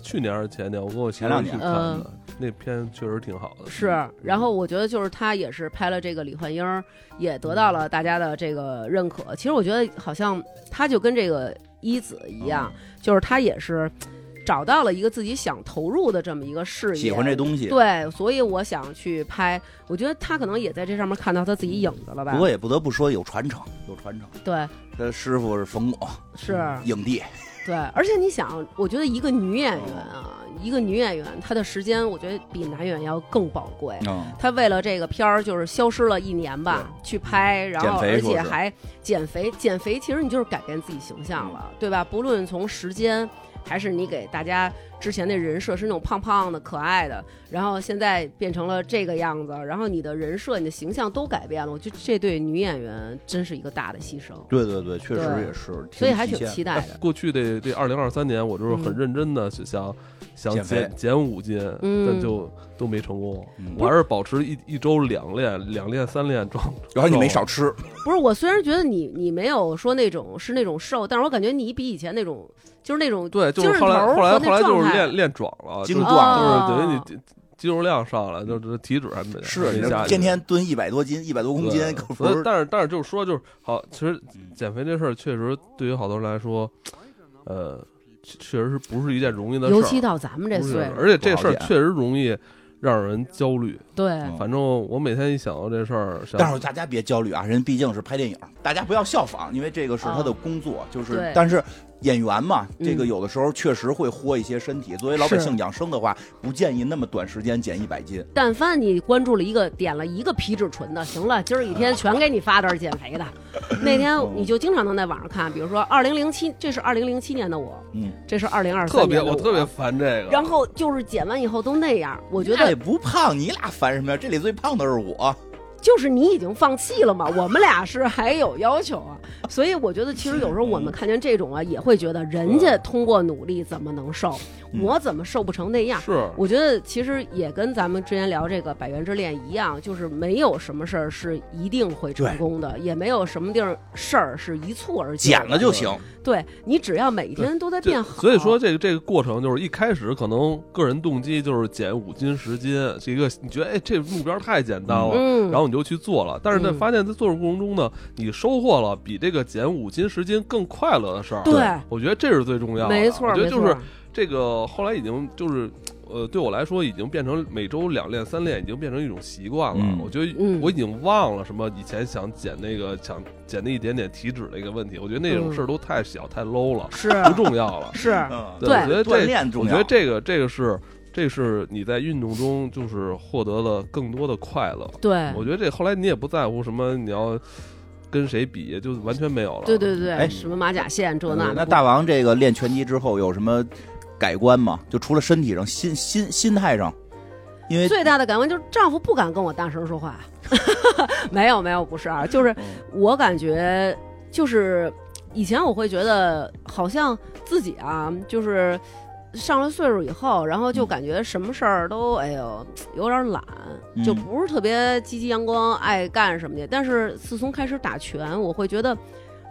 去年还是前年，我跟我媳妇
前
儿
两
去
年
看的，那片确实挺好的。
嗯
嗯
是，然后我觉得就是她也是拍了这个李焕英，也得到了大家的这个认可。
嗯
其实我觉得好像她就跟这个一子一样，就是她也是找到了一个自己想投入的这么一个事业，
喜欢这东西。
对，所以我想去拍。我觉得他可能也在这上面看到他自己影子了吧？
不过也不得不说有传承，有传承。
对，
他师傅是冯巩，
是
影帝，
对。而且你想，我觉得一个女演员啊，一个女演员，她的时间我觉得比男演员要更宝贵。
嗯，
她为了这个片儿，就是消失了一年吧，去拍，然后
减肥
而
说是
且还减肥。减肥其实你就是改变自己形象了，对吧？不论从时间，还是你给大家之前的人设是那种胖胖的、可爱的，然后现在变成了这个样子，然后你的人设、你的形象都改变了。我觉得这对女演员真是一个大的牺牲，
对对对，确实
对
也是，
所以还挺
体现
期待的。
过去的这二零二三年，我就是很
嗯
认真的想想
减肥
减减五斤，
嗯
但就都没成功。
嗯
我还是保持一一周两练，两练三练装。
然后你没少吃，
不是，我虽然觉得你你没有说那种是那种瘦，但是我感觉你比以前那种就是那种
对，就
精
是
神
后来
头儿
后来
和那
后来就
状
是
态
练练壮了，就
精
是
壮
就
哦
是等于你肌肌肉量上来，就是体脂还没还没
啊你
下
这
去，
天天蹲一百多斤，一百多公斤，
对
可不
所以
是。
但是但是就是说就是好，其实
嗯
减肥这事儿确实对于好多人来说，呃，确确实是不是一件容易的事儿，
尤其到咱们这
不是
岁数，
而且这事儿
不好减
确实容易让人焦虑。
对，
嗯
反正我每天一想到这事儿，想
但是大家别焦虑啊，人毕竟是拍电影，大家不要效仿，因为这个是他的工作，就是
嗯对。
但是演员嘛，
嗯
这个有的时候确实会豁一些身体。作为老百
是
姓养生的话，不建议那么短时间减一百斤。
但凡你关注了一个点了一个皮质醇的，行了，今儿一天全给你发点儿减 肥的。那天你就经常能在网上看，比如说二零零七，这是二零零七年的我，
嗯，
这是二零二
特
三
别
年的
我特别。烦这个。
然后就是减完以后都那样，我觉
你
哎
俩也
得
不胖，你俩烦什么呀？这里最胖的是我。
就是你已经放弃了嘛，我们俩是还有要求啊，所以我觉得其实有时候我
嗯
们看见这种啊，也会觉得人家通过努力怎么能瘦，
嗯
我怎么瘦不成那样？
是
我觉得其实也跟咱们之前聊这个《百元之恋》一样，就是没有什么事儿是一定会成功的，也没有什么地儿事儿是一蹴而就的。
减了就行，
对你只要每天都在
这
变好。
所以说，这个这个过程就是一开始可能个人动机就是减五斤十斤，这个你觉得哎这目标太简单了，
嗯，
然后你就去做了。但是呢，
嗯
发现在做的过程中呢，你收获了比这个减五斤十斤更快乐的事儿。
对
我觉得这是最重要的。
没错，
我觉得
没
就
错，
是这个后来已经就是。呃，对我来说已经变成每周两练三练，已经变成一种习惯了。
嗯
我觉得
嗯
我已经忘了什么以前想减那个想减那一点点体脂那个问题，我觉得那种
嗯
事儿都太小、太 low 了，
是
不重要了。
是，
嗯，
对
我觉得
锻
这，
炼重
我
要。
觉得这个这个是这是你在运动中就是获得了更多的快乐。
对，
我觉得这后来你也不在乎什么你要跟谁比，就完全没有了。
对对对，
哎
什么马甲线这
嗯
那
那
的，
大王这个练拳击之后有什么改观吗？就除了身体上，心心心态上，因为
最大的感官就是丈夫不敢跟我大声说话。 没有没有，不是啊，就是
嗯
我感觉就是以前我会觉得好像自己啊，就是上了岁数以后，然后就感觉什么事儿都哎呦有点懒，
嗯
就不是特别积极阳光，爱干什么的。但是自从开始打拳，我会觉得。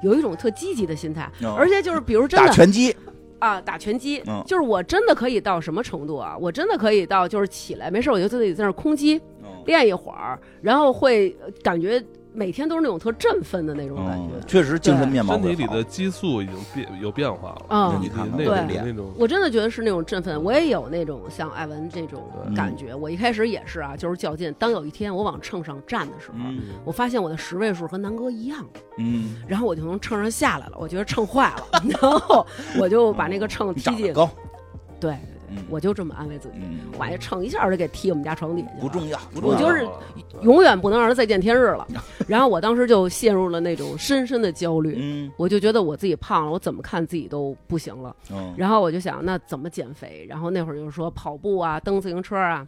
有一种特积极的心态，
嗯
而且就是比如真
打
的
拳击，
啊，打拳击，
嗯
就是我真的可以到什么程度啊？我真的可以到就是起来没事儿我就自己在那儿空击，练一会儿，然后会呃感觉每天都是那种特振奋的那种感
嗯
觉，。
确实精神面貌
身
会
体里
好
的激素已经变有变化了。
嗯
你
你看看
那
我
种
这
脸
那种，
我真的觉得是那种振奋，我也有那种像艾文这种感
嗯
觉。我一开始也是啊，就是较劲。当有一天我往秤上站的时候，
嗯
我发现我的十位数和南哥一样，
嗯，
然后我就从秤上下来了。我觉得秤坏了， 然后我就把那个秤
哦你
踢
长得
进。
高，
对，对
嗯
对我就这么安慰自己，
嗯，
我把那秤一下就给踢我们家床底下去了。
不重要，不
我
重要
我就是永远不能让他再见天日了。 然后我当时就陷入了那种深深的焦虑，
嗯
我就觉得我自己胖了，我怎么看自己都不行了。
嗯
然后我就想，那怎么减肥？然后那会儿就是说跑步啊，蹬自行车啊，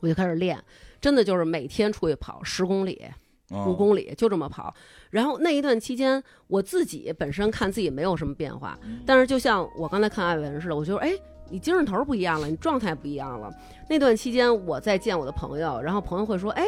我就开始练。真的就是每天出去跑十公里、五
嗯，
公里，就这么跑。然后那一段期间，我自己本身看自己没有什么变化，
嗯
但是就像我刚才看艾文似的，我觉得哎，你精神头儿不一样了，你状态不一样了。那段期间，我在见我的朋友，然后朋友会说，哎，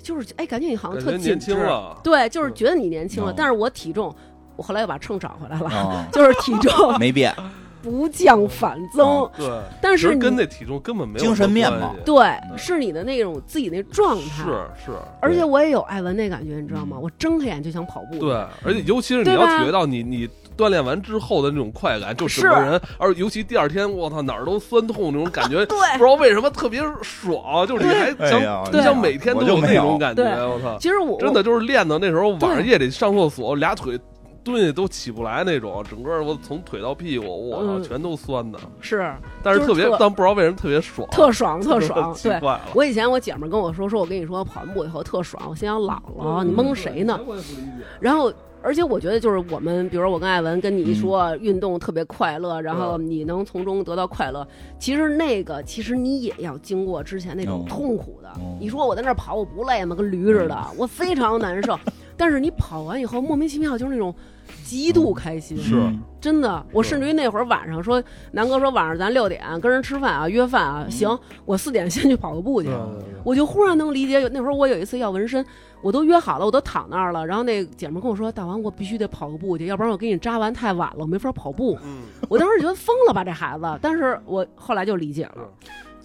就是哎，感觉你好像
感
特
觉
紧
年
致
轻，了，
对，就是觉得你年轻了。
嗯
但是我体重，我后来又把秤找回来了，
啊，
就是体 重
没 变，
不降反增
嗯，
对，
但
哦其
是
实跟
你
那体重根本没有
精
什
神
么
面
关
貌
系
对
嗯
是你的那种自己那状态。
是嗯是，
而且我也有艾文那感觉，你知道吗？我睁开眼就想跑步。
对，而且尤其是你
对
要
吧
体会到你你锻炼完之后的那种快感，就整个
是
人，而尤其第二天，我操，哪儿都酸痛那种感觉，
对
不知道为什么特别爽，就是你还
哎呀
想，你
对
想每天都
我就没
那
有
种感觉，
对
我操，
其实我
真的就是练到那时候晚上
对
夜里上厕所，俩腿蹲下都起不来那种，整个我从腿到屁股，我操，
嗯
全都酸的，
是
但是
就是
特别
特，
但不知道为什么特别爽，
特爽特爽，
奇
对。
怪了。
我以前我姐们儿跟我说，说我跟你说跑完步以后特爽，我心想老哦
嗯
了你蒙谁呢？
我也不理解。
然后，而且我觉得就是我们，比如说我跟艾文跟你一说、
嗯
运动特别快乐，然后你能从中得到快乐，其实那个其实你也要经过之前那种
哦
痛苦的。
哦
你说我在那儿跑，我不累吗？跟驴似的，
嗯
我非常难受。但是你跑完以后，莫名其妙就是那种极度开心，
是
嗯
真的。我甚至于那会儿晚上说，南哥说晚上咱六点跟人吃饭啊，约饭啊，行，我四点先去跑个步去。
嗯
嗯
我就忽然能理解，有那会儿我有一次要纹身，我都约好了，我都躺那儿了。然后那姐们儿跟我说：“大王，我必须得跑个步去，要不然我给你扎完太晚了，我没法跑步。
嗯，”
我当时觉得疯了吧，这孩子。但是我后来就理解了，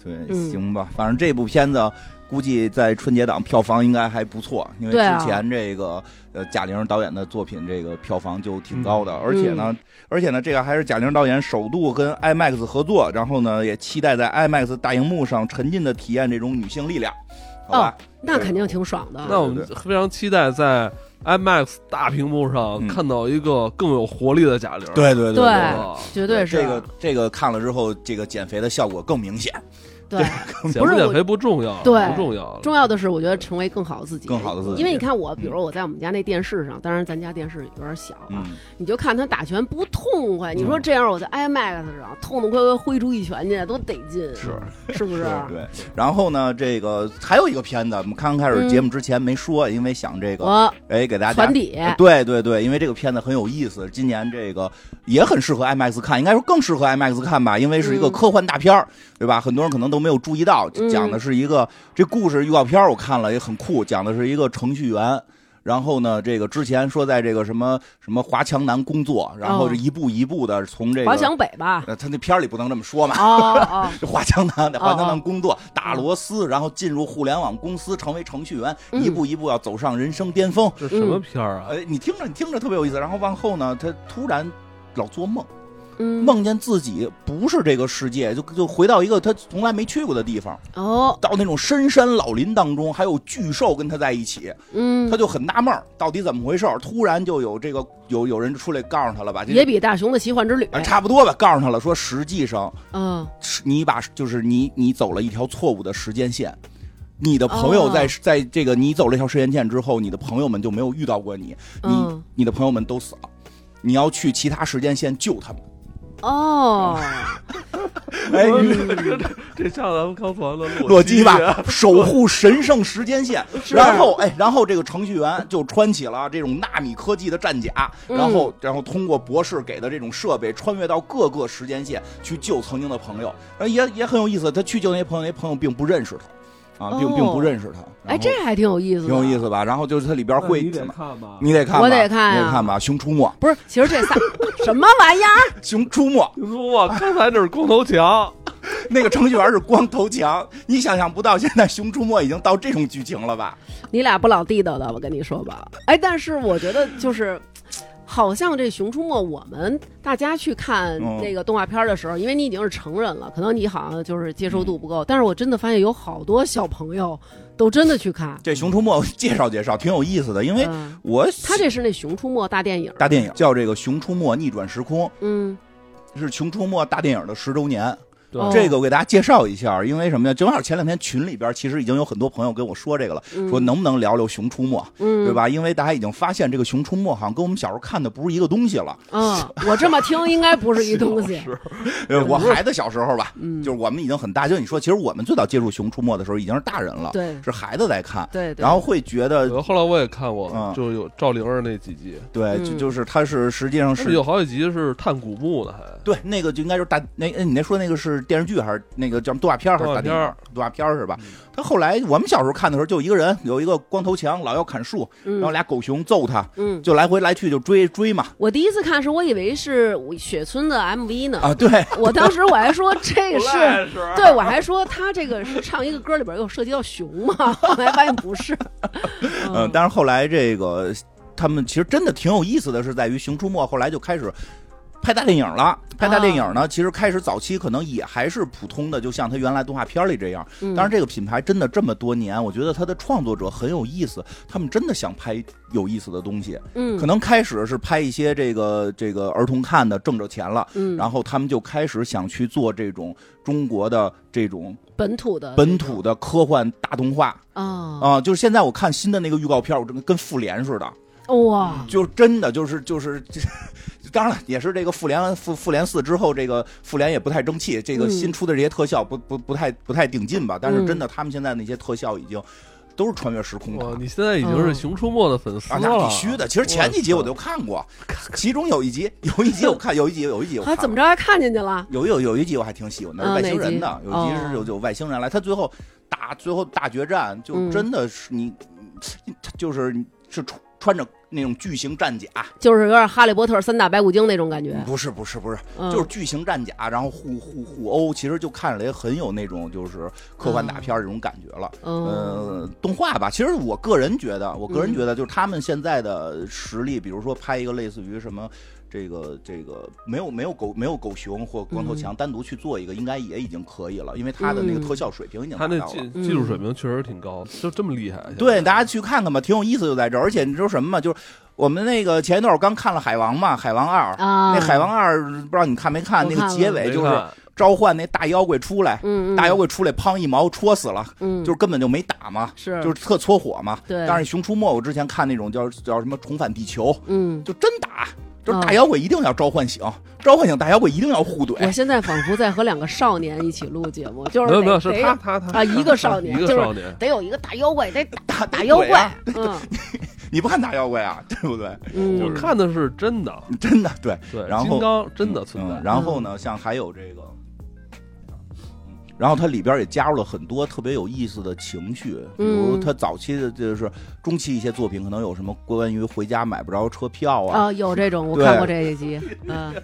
对，
嗯
行吧，反正这部片子估计在春节档票房应该还不错，因为
对啊
之前这个呃贾玲导演的作品这个票房就挺高
嗯
的，而且呢，而且呢，这个还是贾玲导演首度跟 IMAX 合作，然后呢，也期待在 IMAX 大荧幕上沉浸的体验这种女性力量，好吧？
哦那肯定挺爽的。
那我们非常期待在 IMAX 大屏幕上
嗯
看到一个更有活力的贾玲。
对对
对
哇，
绝对是啊
这个这个看了之后，这个减肥的效果更明显，
对。
减
不
不
是
减
我
肥不重要，
对
不重要。
重要的是，我觉得成为更好的自己，
更好的自己
因为你看我，比如我在我们家那电视上，当然咱家电视有点小啊，
嗯，
你就看他打拳不痛快。你说这样，我在 IMAX 上痛痛快快挥出一拳去，多得劲，是是不是？
对。然后呢，这个还有一个片子，我们刚开始节目之前没说，因为想这个
我
哎，给大家
船底
对对对，因为这个片子很有意思，今年这个也很适合 IMAX 看，应该说更适合 IMAX 看吧，因为是一个
嗯嗯
科幻大片儿，对吧？很多人可能都没有注意到，讲的是一个这故事预告片儿我看了也很酷，讲的是一个程序员。然后呢，这个之前说在这个什么什么华强南工作，然后
哦
这一步一步的从这个，
华强北吧？
呃，他那片儿里不能这么说嘛，
哦哦，
这华强南在华强
哦
南
哦
工作，打螺丝，然后进入互联网公司，成为程序员，
嗯
一步一步要走上人生巅峰。
这什么片儿啊？
呃，你听着，你听着特别有意思。然后往后呢，他突然老做梦，
嗯，
梦见自己不是这个世界，就就回到一个他从来没去过的地方，
哦，
到那种深山老林当中，还有巨兽跟他在一起，
嗯
他，就很纳闷儿，到底怎么回事儿？突然就有这个有有人出来告诉他了吧？这
也比大雄的奇幻之旅
啊，差不多吧，告诉他了，说实际上
嗯，
是你把就是你你走了一条错误的时间线。你的朋友在、
哦
在这个你走了一条时间线之后，你的朋友们就没有遇到过你，你、
嗯
你的朋友们都死了，你要去其他时间线救他们。
哦，
哎，
这这 这像咱们刚做完的
洛
基
基
啊
吧，守护神圣时间线。
是
然后哎，然后这个程序员就穿起了这种纳米科技的战甲，
嗯
然后然后通过博士给的这种设备，穿越到各个时间线去救曾经的朋友。然后也也很有意思，他去救那些朋友，那些朋友并不认识他，啊，并
哦
并不认识他。然
哎，
后
这还挺有意思，
挺有意。思吧？然后就是它里边 会
你得看吧。
你得看吧，
我得看啊
你
呀
得看吧，《熊出没
不是，其实这仨 什么玩意儿？》，啊
《熊出没》
听说哇，刚才这是光头 强，
那个程序员是光头强，你想象不到，现在《熊出没》已经到这种剧情了吧？
你俩不老地道的，我跟你说吧。哎，但是我觉得就是。好像这《熊出没》，我们大家去看
嗯
那个动画片的时候，因为你已经是成人了，可能你好像就是接受度
嗯
不够。但是我真的发现有好多小朋友都真的去看，
这《熊出没》 介绍介绍，挺有意思的，因为
嗯，
我
他这是那《熊出没》大电影，
大电影叫这个《熊出没逆转时空
嗯，》，
是《熊出没》大电影的十周年。
对
哦
这个我给大家介绍一下，因为什么呀？正好前两天群里边其实已经有很多朋友跟我说这个了，说能不能聊聊《熊出没》，
嗯，
对吧？因为大家已经发现这个《熊出没》好像跟我们小时候看的不是一个东西了。
嗯，我这么听应该不是一东 西。
是
呃，我孩子小时候吧，
嗯
就是我们已经很大，就你说，其实我们最早接触《熊出没》的时候已经是大人了，
对
是孩子在看，
对对。
然后会觉得
呃后来我也看过
嗯，
就有赵灵儿那几集，
对，就
嗯
就是它是实际上
是
是
有好几集是探古墓的，还
对，那个就应该就是大那哎，你那说那个是电视剧还是那个叫动画片儿还是大电影儿？动画片儿是吧
嗯？
他后来我们小时候看的时候，就一个人有一个光头强，老要砍树，然后
嗯
俩狗熊揍他，
嗯，
就来回来去就追追嘛。
我第一次看时，我以为是雪村的 MV 呢。
啊，对，
我当时我还说这
不
是，
赖是
对我还说他这个是唱一个歌 里边有涉及到熊嘛，后来发现不是。
呃
嗯
嗯，但是后来这个。他们其实真的挺有意思的是，在于《熊出没》后来就开始。拍大电影了，拍大电
啊
影呢，其实开始早期可能也还是普通的，就像它原来动画片里这样。
嗯
当然，这个品牌真的这么多年，我觉得它的创作者很有意思，他们真的想拍有意思的东西。
嗯，
可能开始是拍一些这个这个儿童看的，挣着钱了，
嗯，
然后他们就开始想去做这种中国的这种
本土的
本土的科幻大动画
啊
啊、就是现在我看新的那个预告片，我真的跟复联似的，
哇，
就是真的就是就是。这当然了，也是这个复联复复联四之后，这个复联也不太争气，这个
嗯
新出的这些特效不不不太不太顶劲吧。但是真的，他们现在那些特效已经都是穿越时空的
哇
了，
你现在已经是《熊出没》的粉丝
啊，那
了，
必须的。其实前几集我都看过，其中有一集，有一集我看，有一集有一集我
他
看
怎么
过。
着还看见去了？
有有有一集我还挺喜欢的，是
啊
外星人
哪
的，
集
有一集是
哦
有有外星人来，他最后打最后大决战，就
嗯
真的是你，你他就是是穿穿着那种巨型战甲，
就是有点《哈利波特》三大白骨精那种感觉，
不是不是不是，
嗯
就是巨型战甲，然后互互互殴，其实就看着也很有那种就是科幻大片
哦
儿这种感觉了。
嗯
呃，动画吧，其实我个人觉得，我个人觉得就是他们现在的实力，比如说拍一个类似于什么。这个这个没有没有狗没有狗熊或光头强单独去做一个，应该也已经可以了，因为他的那个
嗯
特效水平已经
他
达
那
到了
技。技术水平确实挺高，就这么厉害。
嗯对，大
家
家去看看吧，挺有意思，就在这儿。而且你知道什么吗？就是我们那个前一段我刚看了《海王》嘛，《海王二》
啊，
那《海王二》不知道你看没看？
我
那个
看
结
了
尾就是召唤那大妖怪出来，
嗯嗯
大妖怪出来，砰一矛戳死了，
嗯
就是根本就没打嘛，
是
就是特搓火嘛。
嗯对
但是《熊出没》我之前看那种叫叫什么《重返地球》，
嗯。
就真打，就是
嗯
大妖怪一定要召唤醒，召唤醒大妖怪一定要互
我
怼。
现在仿佛在和两个少年一起录节目，就是
没有没有
得
是
得
他他他
啊一个少年
一个
就是
少年，
得有一个大妖怪，得打
打
打妖
怼啊
怪，嗯
你不看打妖怪啊， 对不对？
嗯，
我看的是真的，
真的对。
对，
然后
金刚真的存
嗯，
在，
然后呢，像还有这个。嗯然后它里边也加入了很多特别有意思的情绪，比如
嗯
它早期的就是中期一些作品，可能有什么关于回家买不着车票啊，
啊有这种，我
对
看过这一集，嗯，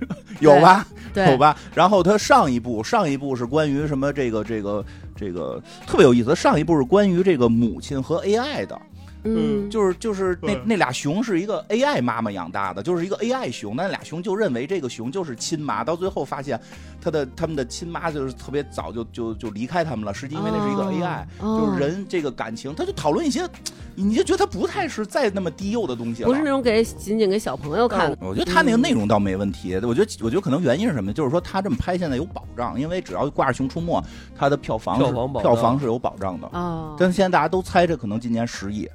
有吧？
对，
有吧？然后它上一部，上一部是关于什么？这个这个这个特别有意思。上一部是关于这个母亲和 AI 的，
嗯，
就是就是那
对
那俩熊是一个 AI 妈妈养大的，就是一个 AI 熊，那俩熊就认为这个熊就是亲妈，到最后发现它的他们的亲妈就是特别早就就就离开他们了，实际因为那是一个
哦
AI，、
哦
就是人这个感情，他就讨论一些，你就觉得他不太是再那么低幼的东西了，
哦不是那种给仅仅给小朋友看的，嗯
我觉得他那个内容倒没问题，我觉得我觉得可能原因是什么？就是说他这么拍现在有保障，因为只要挂着《熊出没》，他的票房是
票房保障
票房是有保障的。
啊，
但现在大家都猜这可能今年十亿，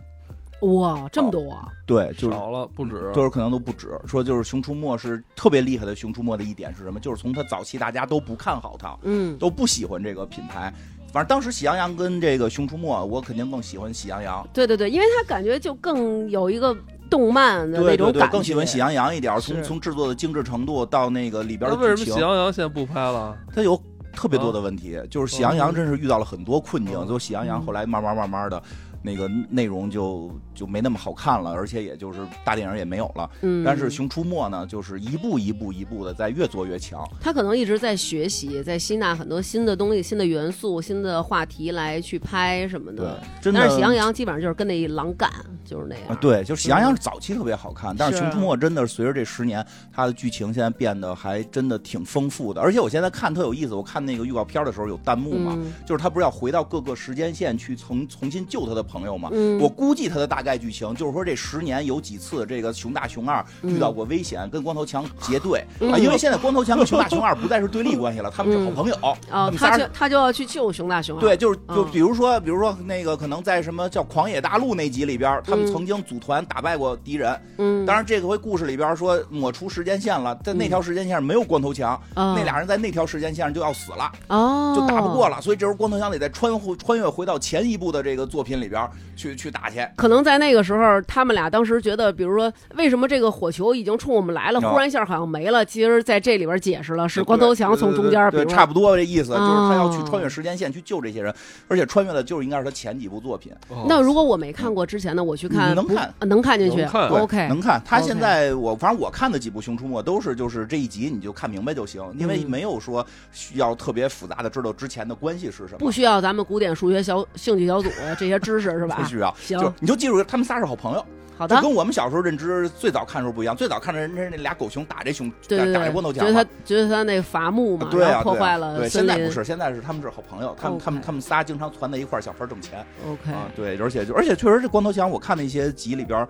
哇，这么多，啊
对，就是
少了不止，
就是可能都不止。说就是《熊出没》是特别厉害的，《熊出没》的一点是什么？就是从他早期大家都不看好他，
嗯，
都不喜欢这个品牌。反正当时喜羊羊跟这个《熊出没》，我肯定更喜欢喜羊羊。
对对对，因为他感觉就更有一个动漫的那
对
种
对
感
对，
觉，
更喜欢喜羊羊一点儿。从
是
从制作的精致程度到那个里边
那
的
为什
剧
么
情
喜，羊羊现在不拍了？
它有特别
啊
多的问题，就是
哦
喜羊羊真是遇到了很多困境，
嗯
就喜羊羊后来慢慢慢慢的。那个内容就就没那么好看了，而且也就是大电影也没有了。
嗯，
但是《熊出没》呢，就是一步一步一步的在越做越强。
他可能一直在学习，在吸纳很多新的东西、新的元素、新的话题来去拍什么
对
的。，
真的
但是喜羊羊基本上就是跟那一狼赶，就是那样。
啊，对，就是喜羊羊是早期特别好看，但是《
是啊
熊出没》真的是随着这十年，它的剧情现在变得还真的挺丰富的。而且我现在看特有意思，我看那个预告片的时候有弹幕嘛，
嗯
就是他不是要回到各个时间线去重重新救他的朋友吗？
嗯
我估计他的大概剧情就是说，这十年有几次这个熊大熊二
嗯
遇到过危险，跟光头强结对、啊，因为现在光头强跟熊大熊二不再是对立关系了，他们是好朋友。他
哦，
们
他
仨
就是他就要去救熊大熊二。
对，就是就
嗯
比如说，比如说那个可能在什么叫《狂野大陆》那集里边，他们
嗯
曾经组团打败过敌人。
嗯，
当然，这回故事里边说抹除时间线了，在那条时间线上没有光头强，
哦
那俩人在那条时间线上就要死了。
哦，
就打不过。了，所以这时候光头强得再穿回穿越回到前一部的这个作品里边儿去去打去。
可能在那个时候，他们俩当时觉得，比如说，为什么这个火球已经冲我们来了，
哦
忽然一下好像没了？其实，在这里边解释了，是光头强从中间，比
对，
如
差不多这意思，
哦
就是他要去穿越时间线去救这些人，而且穿越的就是应该是他前几部作品，
哦
那如果我没看过之前的，我去看
你能
不
看
呃能看进去
能看
对
，OK，
能看。他
OK
现在我反正我看的几部《熊出没》都是就是这一集你就看明白就行，因为
嗯
没有说需要特别复杂的知道之前的关系是什么
不，需要咱们古典数学小兴趣小组这些知识是吧？
不需要，
行啊
就你就记住他们仨是好朋友，
好
就
的，
跟我们小时候认知最早看的时候不一样，最早看着人家那俩狗熊打这熊
对对
打打
对
这豌豆，
觉
荚
得
嘛
他，觉得他那个伐木嘛，
对
然
啊，
后破
对啊
坏了
对，
森
现
林。
在不是，现在是他们是好朋友，他们他们
OK
他们仨经常攒在一块儿小孩儿挣钱
OK，、
啊，对，而且就而且确实这光头强，我看那些集里边儿，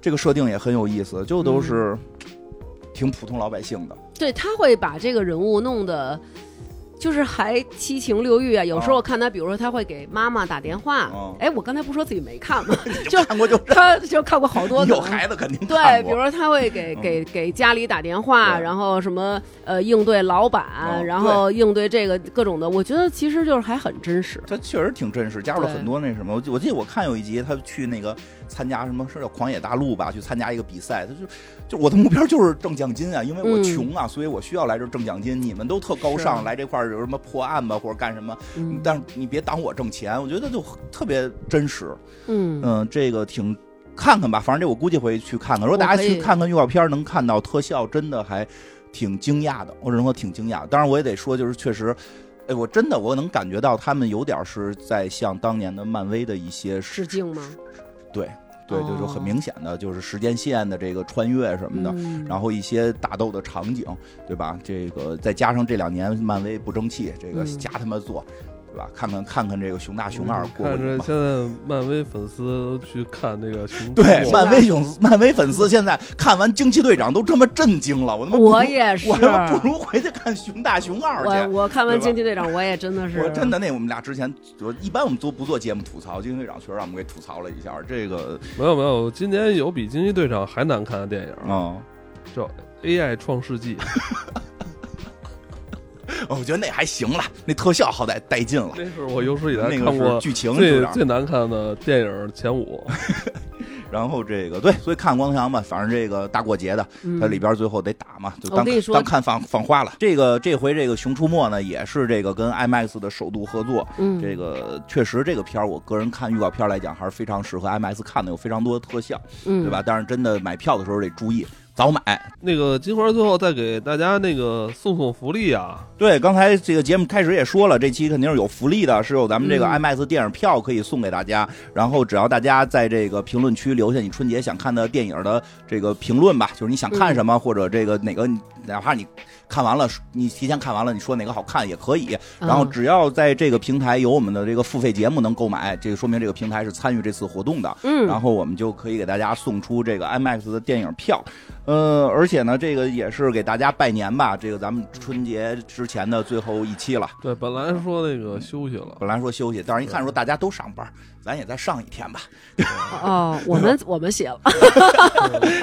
这个设定也很有意思，就
嗯
都是挺普通老百姓的，
对他会把这个人物弄得。就是还七情六欲啊！有时候
哦
我看他，比如说他会给妈妈打电话
哦。
哎、我刚才不说自己没看吗？ 就
就看过就
他就看过好多
有
可能
孩子肯定
对，
看
比
过嗯
如说他会给给给家里打电话，
对
然后什么呃应对老板，
嗯
然后应对这个各种的，我觉得其实就是还很真实。
他确实挺真实，加入了
对
很多那什么。我记我记得我看有一集，他去那个参加什么是叫《狂野大陆》吧，去参加一个比赛。他就就我的目标就是挣奖金啊，因为我
嗯
穷啊，所以我需要来这儿挣奖金。你们都特高尚，
是
来这块儿有什么破案吧或者干什么，
嗯
但是你别挡我挣钱。我觉得就特别真实。
嗯，
嗯，这个挺看看吧，反正这我估计会去看看。如果大家
我可
去
以
看看预告片儿，能看到特效，真的还挺惊讶的，我只能说挺惊讶的。当然，我也得说，就是确实。哎，我真的我能感觉到他们有点儿是在向当年的漫威的一些
致
是，
敬吗？
对对，就就
哦
很明显的就是时间线的这个穿越什么的，
嗯
然后一些打斗的场景，对吧？这个再加上这两年漫威不争气，这个
嗯
瞎他妈做，对吧？看看看看这个熊大熊二过过
嗯看
瘾
着
吧。
现在漫威粉丝都去看那个熊出
对，
没
漫威粉丝，漫威粉丝现在看完惊奇队长都这么震惊了，我他妈不如
我也是
我他妈不如回去看熊大熊二
我
去。
我看完
对
《
吧
惊奇队长》，我也真的是
我真的那我们俩之前，我一般我们都不做节目吐槽，惊奇队长确实让我们给吐槽了一下。这个，
没有没有，今年有比《惊奇队长》还难看的电影，
嗯，
叫《AI 创世 纪》，
哦我觉得那还行了，那特效好歹带劲了。
那是 我有史以来
那
看
个是啊
过
剧情有
最
点儿
最难看的电影前 五。
然后这个对，所以看光头强吧，反正这个大过节的，
嗯
它里边最后得打嘛，就
我
当
跟你说
当看放放花了。这个这回这个《熊出没》呢，也是这个跟 IMAX 的首度合作，
嗯
这个确实这个片儿，我个人看预告片来讲还是非常适合 IMAX 看的，有非常多的特效，
嗯
对吧？但是真的买票的时候得注意，早买。
那个金花最后再给大家那个送送福利啊，
对，刚才这个节目开始也说了，这期肯定是有福利的，是有咱们这个
嗯
IMAX 电影票可以送给大家。然后只要大家在这个评论区留下你春节想看的电影的这个评论吧，就是你想
嗯
看什么，或者这个哪个，哪怕你看完了，你提前看完了，你说哪个好看也可以。
嗯
然后只要在这个平台有我们的这个付费节目能购买，这个说明这个平台是参与这次活动的。
嗯，
然后我们就可以给大家送出这个 IMAX 的电影票，呃，而且呢，这个也是给大家拜年吧，这个咱们春节之前的最后一期了。
对，本来说那个休息了，
本来说休息，但是一看说大家都上班，咱也再上一天 吧。
哦，我们我们写了，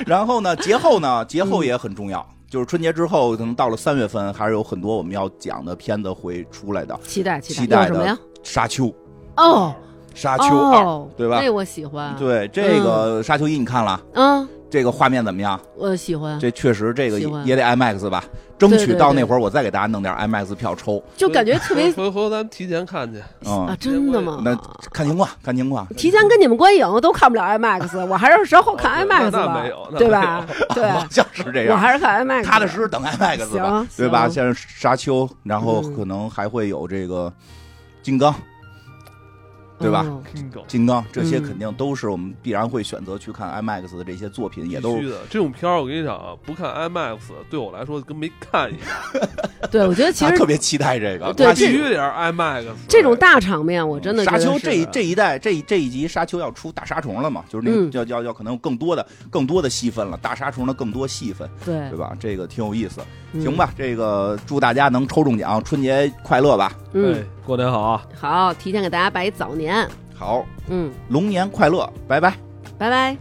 然后呢，节后呢， 节后也很重要，就是春节之后，可能到了三月份，还是有很多我们要讲的片子会出来的，《
期待期
期
待
待
有什么
的
呀？
沙丘》《
哦
沙丘二》
哦，
对吧
那我喜欢，，
对，这个《沙丘一》你看了，
嗯，
这个画面怎么样？
我喜欢，
这确实，这个
啊喜欢
也得 IMAX 吧，争
对
取
对
到
对
那会儿我再给大家弄点 IMAX 票抽，
就感觉特别
回回头咱们提前看去。
啊，
嗯，
真的吗？
那看情况，看情况。
提前跟你们观影都看不了 IMAX，我还是稍后看
哦那
IMAX
那
吧
没有，那
对
没
吧？
好
对，
像是这
啊 我
样，
还是看 IMAX。
踏踏实实等 IMAX 吧
行，
对吧？
行
像是沙丘，然后
嗯
可能还会有这个金刚、对吧
嗯
嗯狗
金刚这些，
嗯
肯定都是我们必然会选择去看 IMAX 的这些作品，也都
必须的。这种片儿我跟你讲啊，不看 IMAX 对我来说跟没看一样，
对，我觉得其
他
实
啊特别期待这个。
对
他
必
这
须得是 IMAX。
这种大场面，我真的觉
沙
得
丘
是
这一这一代这一这一集沙丘要出大沙虫了嘛，就是那
嗯
个要要要可能有更多的更多的戏份了，大沙虫的更多戏份，
对
对，吧？这个挺有意思，
嗯
行，吧？这个祝大家能抽中奖，春节快乐吧！
对
嗯，，
过年好啊！
好，提前给大家拜早年，
好，
嗯，
龙年快乐，拜拜。
拜拜。